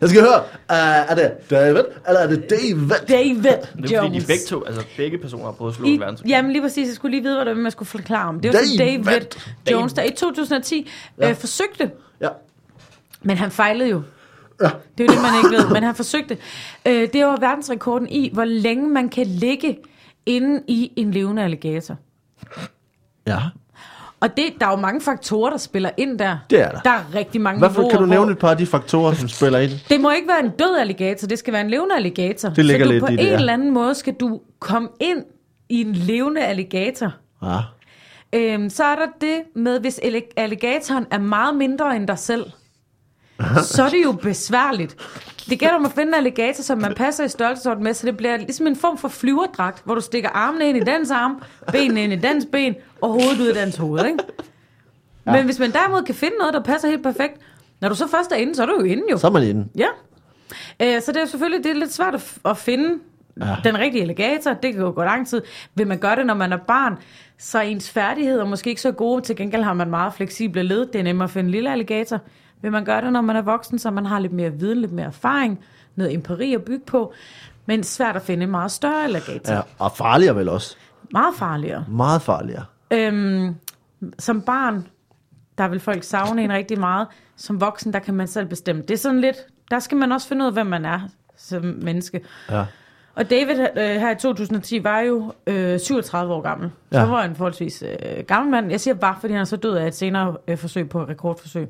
A: Jeg skal høre. Uh, er det David, eller er det David?
C: David Jones.
B: Det er fordi, de begge to, altså begge personer har prøvet at slå en
C: I,
B: verdensrekord.
C: jamen lige præcis, jeg skulle lige vide, hvad det var, man skulle forklare om. Det var så
A: David.
C: David, David Jones, der i 2010
A: Ja.
C: øh, forsøgte,
A: Ja.
C: men han fejlede jo. Det er jo det, man ikke ved, men han forsøgte. Øh, det var verdensrekorden i, hvor længe man kan ligge inde i en levende alligator.
A: Ja.
C: Og det, der er jo mange faktorer, der spiller ind der.
A: Det er der.
C: Der er rigtig mange
A: Hvorfor kan du
C: niveauer, hvor-
A: nævne et par af de faktorer, som spiller ind?
C: Det må ikke være en død alligator, det skal være en levende alligator.
A: Det ligger
C: så du
A: lidt
C: på
A: i
C: en
A: det, ja.
C: eller anden måde skal du komme ind i en levende alligator.
A: Ja.
C: Øhm, så er der det med, hvis alli- alligatoren er meget mindre end dig selv, så er det jo besværligt. Det gælder om at finde en alligator, som man passer i størrelsesorden med, så det bliver ligesom en form for flyverdragt, hvor du stikker armene ind i dens arm, benene ind i dens ben, og hovedet ud i dens hoved, ikke? Ja. Men hvis man derimod kan finde noget, der passer helt perfekt, når du så først er inde, så er du jo inde jo.
A: Så er man inde.
C: Ja. Øh, så det er selvfølgelig det er lidt svært at, f- at finde ja. den rigtige alligator. Det kan jo gå lang tid. Vil man gøre det, når man er barn, så er ens færdigheder måske ikke så gode. Til gengæld har man meget fleksible led. Det er nemmere at finde en lille alligator. Vil man gøre det, når man er voksen, så man har lidt mere viden, lidt mere erfaring, noget empiri at bygge på. Men svært at finde en meget større alligator. Ja.
A: Ja, og farligere vel også.
C: Meget farligere.
A: Meget farligere.
C: Øhm, som barn, der vil folk savne en rigtig meget. Som voksen, der kan man selv bestemme. Det er sådan lidt, der skal man også finde ud af, hvem man er som menneske.
A: Ja.
C: Og David øh, her i 2010 var jo øh, 37 år gammel. Ja.
A: Ja.
C: Så var han en forholdsvis øh, gammel mand. Jeg siger bare, fordi han er så død af et senere øh, forsøg på rekordforsøg.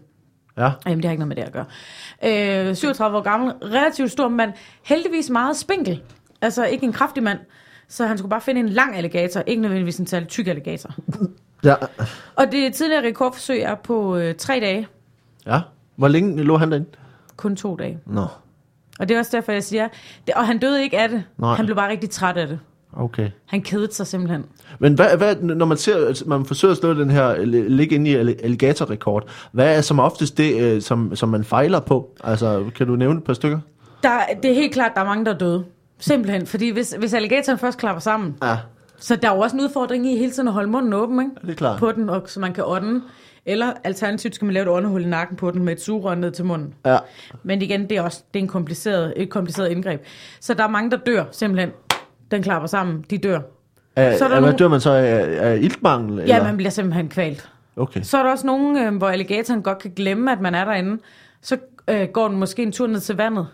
A: Ja.
C: Jamen, det har ikke noget med det at gøre. Øh, 37 år gammel, relativt stor mand, heldigvis meget spinkel. Altså ikke en kraftig mand. Så han skulle bare finde en lang alligator, ikke nødvendigvis en særlig tyk alligator.
A: Ja.
C: Og det tidligere rekordforsøg er på øh, tre dage,
A: ja. Hvor længe lå han derinde?
C: kun to dage.
A: Nå,
C: Og det er også derfor, jeg siger, det, og han døde ikke af det.
A: Nej.
C: Han blev bare rigtig træt af det.
A: okay.
C: Han kedede sig simpelthen.
A: Men hvad, hvad, når man ser, altså, man forsøger at slå den her øh, ligge ind i alli- alligatorrekord, hvad er som oftest det, øh, som, som man fejler på? Altså, kan du nævne et par stykker?
C: Der, det er helt klart, der er mange, der er døde. Simpelthen, fordi hvis, hvis alligatoren først klapper sammen,
A: Ja,
C: så der er jo også en udfordring i hele tiden at holde munden åben, ikke?
A: det er klart.
C: På den, og, så man kan ånde. Eller alternativt skal man lave et åndehul i nakken på den med et sugerør ned til munden.
A: Ja.
C: Men igen, det er også det er en kompliceret, et kompliceret indgreb. Så der er mange, der dør simpelthen. Den klapper sammen, de dør.
A: Er,
C: Så er der
A: er, hvad
C: nogle-
A: dør man så af, af iltmangel?
C: Ja,
A: eller?
C: man bliver simpelthen kvalt.
A: Okay.
C: Så er der også nogen, øh, hvor alligatoren godt kan glemme, at man er derinde. Så øh, går den måske en tur ned til vandet,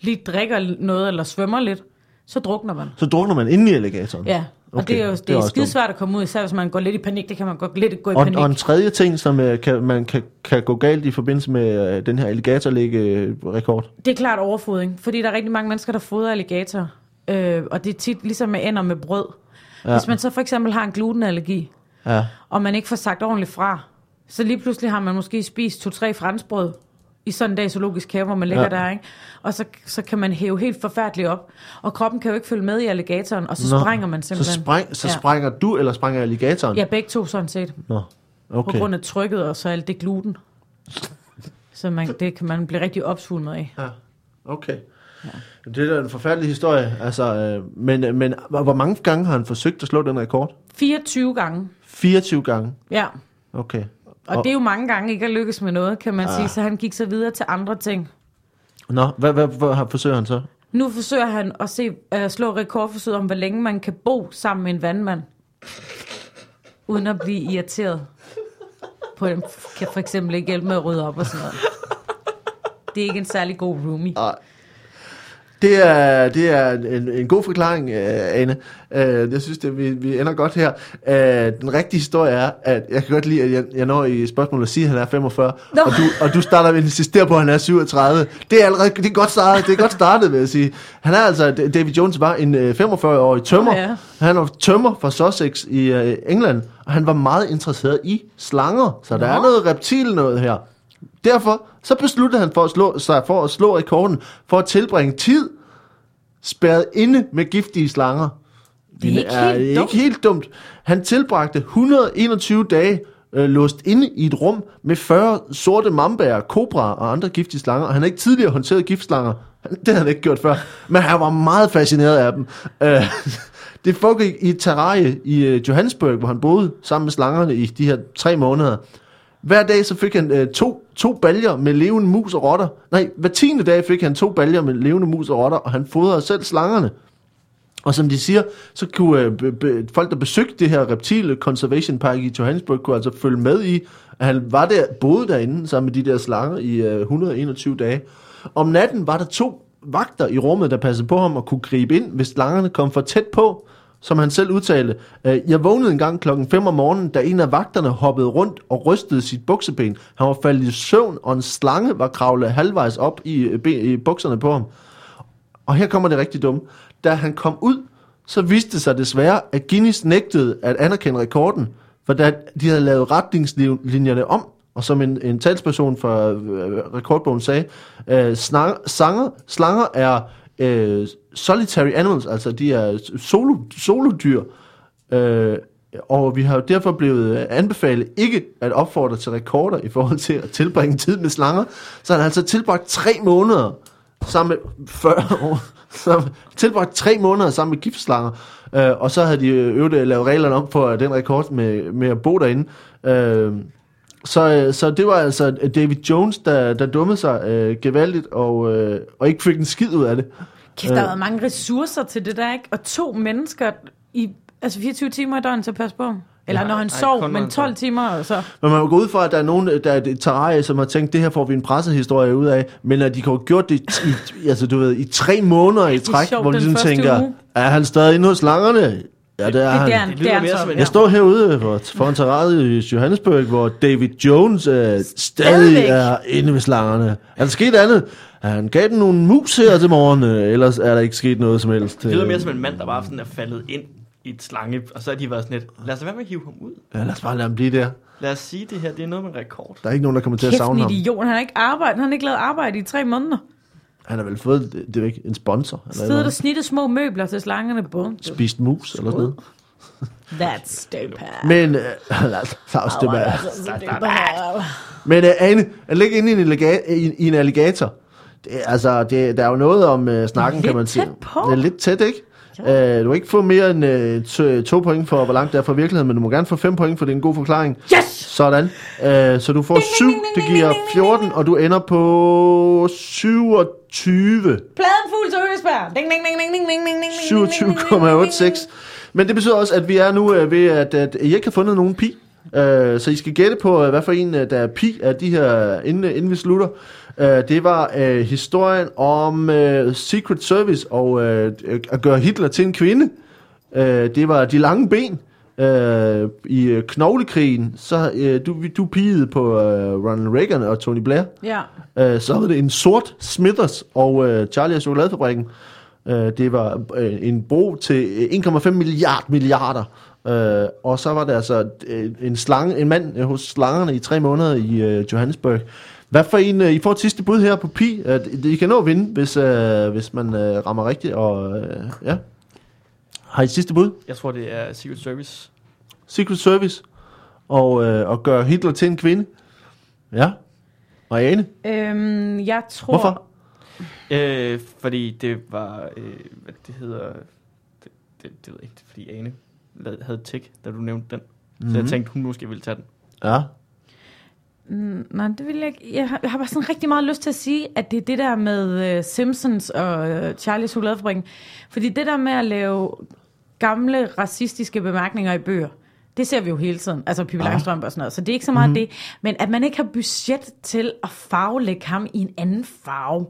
C: lige drikker noget eller svømmer lidt, så drukner man.
A: Så drukner man inde i alligatoren?
C: Ja, og
A: Okay,
C: okay. det er jo
A: det er
C: det er
A: også
C: skide svært at komme ud, især hvis man går lidt i panik. Det kan man godt lidt gå i
A: Og,
C: panik.
A: og en tredje ting, som øh, kan, man kan, kan gå galt i forbindelse med øh, den her øh, alligatorligge-rekord?
C: Det er klart overfodring, fordi der er rigtig mange mennesker, der fodrer alligatorer. Øh, og det er tit ligesom med ender med brød. Ja. Hvis man så for eksempel har en glutenallergi,
A: Ja.
C: og man ikke får sagt ordentligt fra, så lige pludselig har man måske spist to-tre franskbrød i sådan en dag i zoologisk have, hvor man ligger
A: Ja.
C: ja. der, ikke? Og så, så kan man hæve helt forfærdeligt op, og kroppen kan jo ikke følge med i alligatoren, og så
A: Nå,
C: Nå, sprænger man
A: Så,
C: simpelthen.
A: spræng, så
C: Ja.
A: sprænger du, eller sprænger alligatoren?
C: Ja, begge to sådan set.
A: Nå,
C: på
A: okay.
C: okay. grund af trykket og så alt det gluten. Så man, det kan man blive rigtig opsvulmet af.
A: Ja, okay. Ja. Det er da en forfærdelig historie. Altså, øh, men, men hvor mange gange har han forsøgt at slå den rekord?
C: 24 gange,
A: 24 gange.
C: ja.
A: Okay.
C: Og,
A: Og-
C: og det er jo mange gange ikke at lykkes med noget, kan man ah. sige. Så han gik så videre til andre ting.
A: Nå, hvad, hvad, hvad har forsøger han så?
C: Nu forsøger han at se, uh, slå rekordforsøget om, hvor længe man kan bo sammen med en vandmand. Uden at blive irriteret. på dem, kan for eksempel ikke hjælpe med at rydde op og sådan noget. Det er ikke en særlig god roomie.
A: Det er, det er en, en god forklaring, øh, Ane. Øh, jeg synes, det, vi, vi ender godt her. Øh, den rigtige historie er, at jeg kan godt lide, at jeg, jeg når i spørgsmålet at sige, at han er 45,
C: Nå.
A: og du, og du starter med at insistere på, at han er 37. Det er allerede det er godt startet, det er godt startet vil jeg sige. Han er altså, David Jones var en øh, 45-årig tømmer.
C: Ja.
A: Han var tømmer fra Sussex i øh, England, og han var meget interesseret i slanger, så der
C: Nå.
A: er noget reptil noget her. Derfor så besluttede han for at slå, sig for at slå rekorden for at tilbringe tid spærret inde med giftige slanger.
C: Det er ikke helt
A: ikke
C: dumt.
A: helt dumt. Han tilbragte 121 dage øh, låst inde i et rum med 40 sorte mambaer, kobraer og andre giftige slanger. Og Han har ikke tidligere håndteret giftslanger. Han- Det havde han ikke gjort før. Men han var meget fascineret af dem. Øh, det foregik i et terrarie i øh, Johannesburg, hvor han boede sammen med slangerne i de her tre måneder. Hver dag så fik han øh, to, to baljer med levende mus og rotter. Nej, hver tiende dag fik han to baljer med levende mus og rotter, og han fodrede selv slangerne. Og som de siger, så kunne øh, be, be, folk, der besøgte det her reptile conservation park i Johannesburg, kunne altså følge med i, at han var der, boede derinde sammen med de der slanger i øh, 121 dage. Om natten var der to vagter i rummet, der passede på ham og kunne gribe ind, hvis slangerne kom for tæt på. Som han selv udtalte, øh, jeg vågnede en gang klokken 5 om morgenen, da en af vagterne hoppede rundt og rystede sit bukseben. Han var faldet i søvn, og en slange var kravlet halvvejs op i, øh, ben- i bukserne på ham. Og her kommer det rigtig dumme. Da han kom ud, så viste det sig desværre, at Guinness nægtede at anerkende rekorden, for da de havde lavet retningslinjerne om, og som en, en talsperson fra øh, rekordbogen sagde, øh, snanger, sanger, slanger er øh, solitary animals, altså de er solo, solodyr, øh, og vi har jo derfor blevet øh, anbefalet ikke at opfordre til rekorder i forhold til at tilbringe tid med slanger, så han har altså tilbragt tre måneder sammen med 40 år, sammen, tilbragt tre måneder sammen med giftslanger, øh, og så havde de øh, øvet at lave reglerne om for øh, den rekord med, med at bo derinde. Øh, så, øh, så det var altså David Jones, der, der dummede sig øh, gevaldigt, og, øh, og ikke fik en skid ud af det.
C: Kæft, der
B: Øh.
C: har været mange ressourcer til det der, ikke? Og to mennesker i altså 24 timer i døgnet til at passe på. ham. Eller
B: Ja,
C: når han
B: ej,
C: sov,
B: kun når
C: men
B: han
C: 12
B: sov.
C: timer og så.
A: Men man må gå ud fra, at der er nogen, der er et terrarie, som har tænkt, det her får vi en pressehistorie ud af, men at de har gjort det i, altså, du ved, i tre måneder i
C: er
A: træk,
C: sjovt,
A: hvor de
C: den
A: sådan
C: første
A: tænker,
C: uge.
A: er han stadig inde hos slangerne? Ja, det er,
C: Det er
A: han.
C: der, han-
B: Det
C: det
B: lyder
C: er altså- han
B: mere som
C: så.
B: en-
A: Jeg står herude for, foran terrariet i Johannesburg, hvor David Jones øh, stadig er inde ved slangerne. Er der sket andet? Han gav den nogle mus her til morgen, øh, ellers er der ikke sket noget som helst. øh.
B: Det lyder mere som en mand, der bare sådan er faldet ind i et slange, og så har de været sådan lidt, lad os lade være med at hive ham ud.
A: Ja, lad os bare lade ham blive der.
B: Lad os sige, det her det er noget med en rekord.
A: Der er ikke nogen, der kommer til at
C: Kæft, en
A: savne ham.
C: idiot. Han har ikke arbejdet. Han har ikke lavet arbejde i tre måneder.
A: Han har vel fået det, det er jo ikke, en sponsor, eller,
C: Sidder der
A: eller
C: snittet små møbler til slangerne på.
A: spist mus, eller sådan noget.
C: That's stupid.
A: Men, øh, lad os- lad os det bare.
C: altså, stupid.
A: Men øh, Ane, at ligge inde i en, alliga- i, i en alligator, det, er- altså, det, der er jo noget om øh, snakken,
C: Lidt
A: kan man sige.
C: tæt på.
A: Det er lidt tæt, ikke? Øh, du kan ikke få mere end øh, to, to point for, hvor langt det er fra virkeligheden, men du må gerne få fem point, for det er en god forklaring.
C: Yes!
A: Sådan. Øh, så du får syv, det giver 14, og du ender på 27.
C: Pladen fuld til Høsberg. Ding, ding, ding, ding, ding, ding, ding, ding, ding, ding, ding, ding, ding, ding, ding.
A: 27,86. Men det betyder også, at vi er nu øh, ved, at, at I ikke har fundet nogen pi. Øh, så I skal gætte på, øh, hvad for en, øh, der er pi af de her, inden, øh, inden vi slutter. Øh, det var øh, historien om øh, Secret Service og øh, at gøre Hitler til en kvinde. Øh, det var de lange ben. Øh, I øh, knoglekrigen, så øh, du, du pigede på øh, Ronald Reagan og Tony Blair.
C: Ja.
A: Øh, så var det en sort Smithers og øh, Charlie og Chokoladefabrikken. Øh, det var øh, en bro til øh, 1,5 milliard milliarder. Øh, og så var der altså øh, en, slange, en mand øh, hos slangerne i tre måneder i øh, Johannesburg. Hvad for en, øh, I får et sidste bud her på Pi. Øh, det- I kan nå at vinde, hvis, øh, hvis man øh, rammer rigtigt. Og, øh, ja. Har I et sidste bud?
B: Jeg tror, det er Secret Service.
A: Secret Service. Og, øh, og gøre Hitler til en kvinde. Ja. Marianne,
C: Øhm, jeg tror...
A: hvorfor?
B: Øh, fordi det var, øh, hvad det hedder, det, det, det ved jeg ikke, det er fordi Ane la- havde et tik, da du nævnte den. Mm-hmm.
A: Mhm.
B: Så jeg tænkte, hun måske ville tage den.
A: Ja.
C: Mm, Nej, det vil jeg ikke. Jeg har, jeg har bare sådan rigtig meget lyst til at sige, at det er det der med uh, Simpsons og uh, Charlie Chokoladefabrikken. Fordi det der med at lave gamle racistiske bemærkninger i bøger, Det ser vi jo hele tiden. Altså Pippi Langstrømpe og sådan noget. Så det er ikke så meget mm. det. Men at man ikke har budget til at farvelægge ham i en anden farve.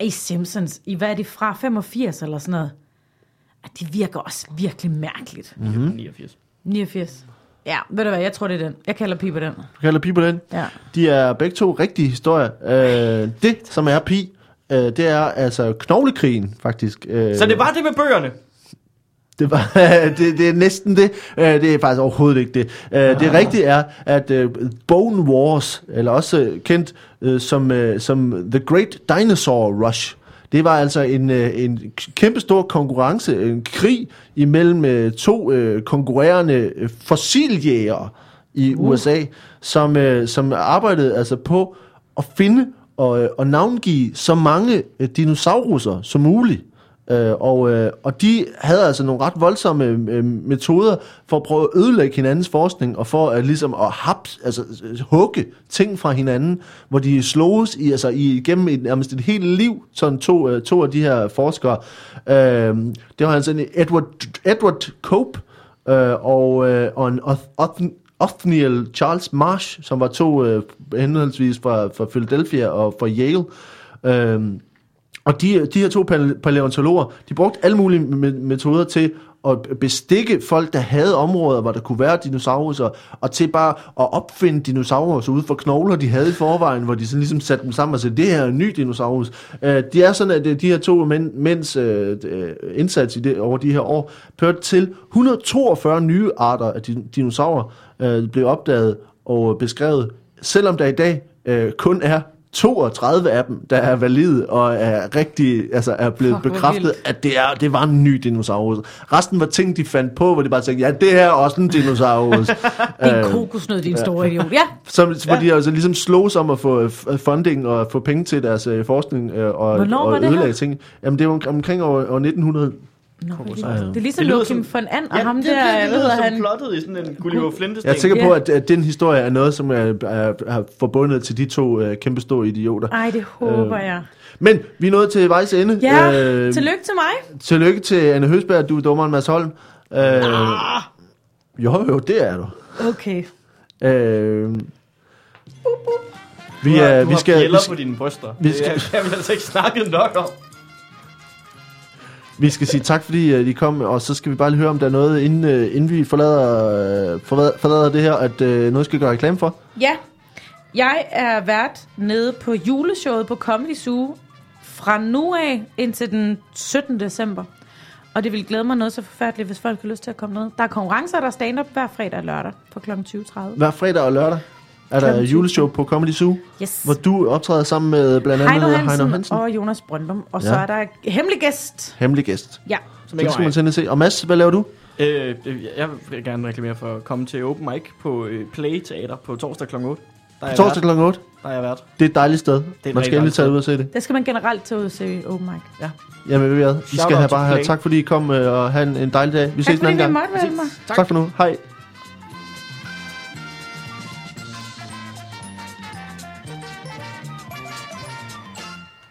C: I Simpsons. I hvad er det fra? 85 eller sådan noget. At det virker også virkelig mærkeligt.
A: Mhm.
C: Mm.
B: 89.
C: 89. Ja, ved du hvad? Jeg tror, det er den. Jeg kalder Pippi den.
A: Du kalder Pi på den.
C: Ja.
A: De er begge to rigtige historier. Øh, det, som er Pi, øh, det er altså knoglekrigen, faktisk. Øh,
B: Så det var det med bøgerne.
A: Det, var, det, det er næsten det. Øh, Det er faktisk overhovedet ikke det. Øh, Det rigtige er, at øh, Bone Wars, eller også øh, kendt øh, som, øh, som The Great Dinosaur Rush, det var altså en, øh, en kæmpe stor konkurrence, en krig imellem øh, to øh, konkurrerende øh, fossiljægere i uh. USA, som, øh, som arbejdede altså på at finde og, øh, og navngive så mange øh, dinosauruser som muligt. Øh, og, øh, og de havde altså nogle ret voldsomme øh, metoder for at prøve at ødelægge hinandens forskning, og for at, ligesom at haps, altså, øh, hugge ting fra hinanden, hvor de sloges i, altså, i, gennem et, nærmest et helt liv, sådan to, øh, to af de her forskere. Øh, det var altså en Edward, Edward Cope øh, og, øh, og en Oth- Oth- Othniel Charles Marsh, som var to øh, henholdsvis fra, fra Philadelphia og fra Yale. Øh, og de, de her to pale- paleontologer, de brugte alle mulige me- metoder til at bestikke folk, der havde områder, hvor der kunne være dinosaurer, og til bare at opfinde dinosaurer så ud fra knogler, de havde i forvejen, hvor de sådan ligesom satte dem sammen og sagde, det her er en ny dinosaurus. Øh, det er sådan, at øh, de her to mænd, mænds øh, øh, indsats i det, over de her år førte til 142 nye arter af din- dinosaurer øh, blev opdaget og øh, beskrevet, selvom der i dag øh, kun er 32 af dem, der er valide og er rigtig, altså er blevet
C: Fuck, hvor
A: bekræftet,
C: vildt.
A: at det, er, det var en ny dinosaurus. Resten var ting, de fandt på, hvor de bare tænkte, ja, det her er også en dinosaurus. Øh,
C: Det er en kokosnød, din store idiot. Ja,
A: Som, hvor de altså ligesom slås om at få øh, f- funding og få penge til deres øh, forskning øh, og,
C: Hvornår var
A: og
C: det her?
A: ødelægge ting. Jamen det var omkring år, år 1900.
C: Nå, hvor vildt. det er ligesom
B: Det lyder
C: Joachim
B: som-
C: von And og ham der,
B: det, det,
C: hvad
B: lyder
C: hedder
B: som
C: han?
B: plottet i sådan en Gulliver Flintes
A: Jeg er sikker
C: Ja.
A: på, at, at den historie er noget, som er, er, er forbundet til de to øh, kæmpe store idioter.
C: Ej, det håber
A: Øh,
C: jeg.
A: Men vi er nået til vejs ende.
C: Ja,
A: Øh,
C: tillykke til mig.
A: Tillykke til Anne Høsberg, du er dummeren Mads Holm. Øh, jo, jo, det er du.
C: Okay.
A: Øh, vi,
B: Du har,
A: er,
B: du
A: vi
B: har
A: skal, vi,
B: bjælder på
A: skal,
B: dine bryster.
A: vi
B: Vi skal. Det har vi altså ikke snakket nok om.
A: vi skal sige tak, fordi øh, I kom, og så skal vi bare lige høre, om der er noget, inden, øh, inden vi forlader, øh, forlader, forlader det her, at øh, noget skal gøre reklame for.
C: Ja, jeg er vært nede på juleshowet på Comedy Zoo fra nu af indtil den 17. december. Og det vil glæde mig noget så forfærdeligt, hvis folk har lyst til at komme ned. Der er konkurrencer, der er stand-up hver fredag og lørdag på kl. 20.30.
A: Hver fredag og lørdag er der
C: Klokken tyve.
A: juleshow på Comedy Zoo,
C: Yes.
A: hvor du optræder sammen med blandt andet
C: Heino
A: Heino
C: Hansen,
A: Hansen. Hansen.
C: og Jonas Brøndum. Og så
A: Ja.
C: er der hemmelig gæst.
A: Hemmelig gæst.
C: Ja.
B: Som
A: Det
B: ikke
A: skal
B: var
A: man
B: mig.
A: tænde og se. Og Mads, hvad laver du?
B: Øh, øh, jeg vil gerne reklamere for at komme til Open Mic på øh, Play Teater på torsdag kl. 8. Der er,
A: På torsdag
B: jeg vært.
A: kl. 8.
B: Der er jeg vært.
A: Det er et dejligt sted.
B: et
A: Man
B: rigtig
A: skal endelig
B: dejligt
A: tage
B: sted.
A: ud og se det.
C: Der skal man generelt tage ud og se open mic.
A: Jamen, ved I hvad? I
B: Shout
A: skal
B: out
A: have
B: to
A: bare have
B: Play.
A: tak, fordi I kom øh, og have en, en dejlig dag. Vi ses
C: Tak
A: en
C: fordi
A: anden
C: vi
A: gang.
C: måtte være med.
A: Tak for nu. Hej.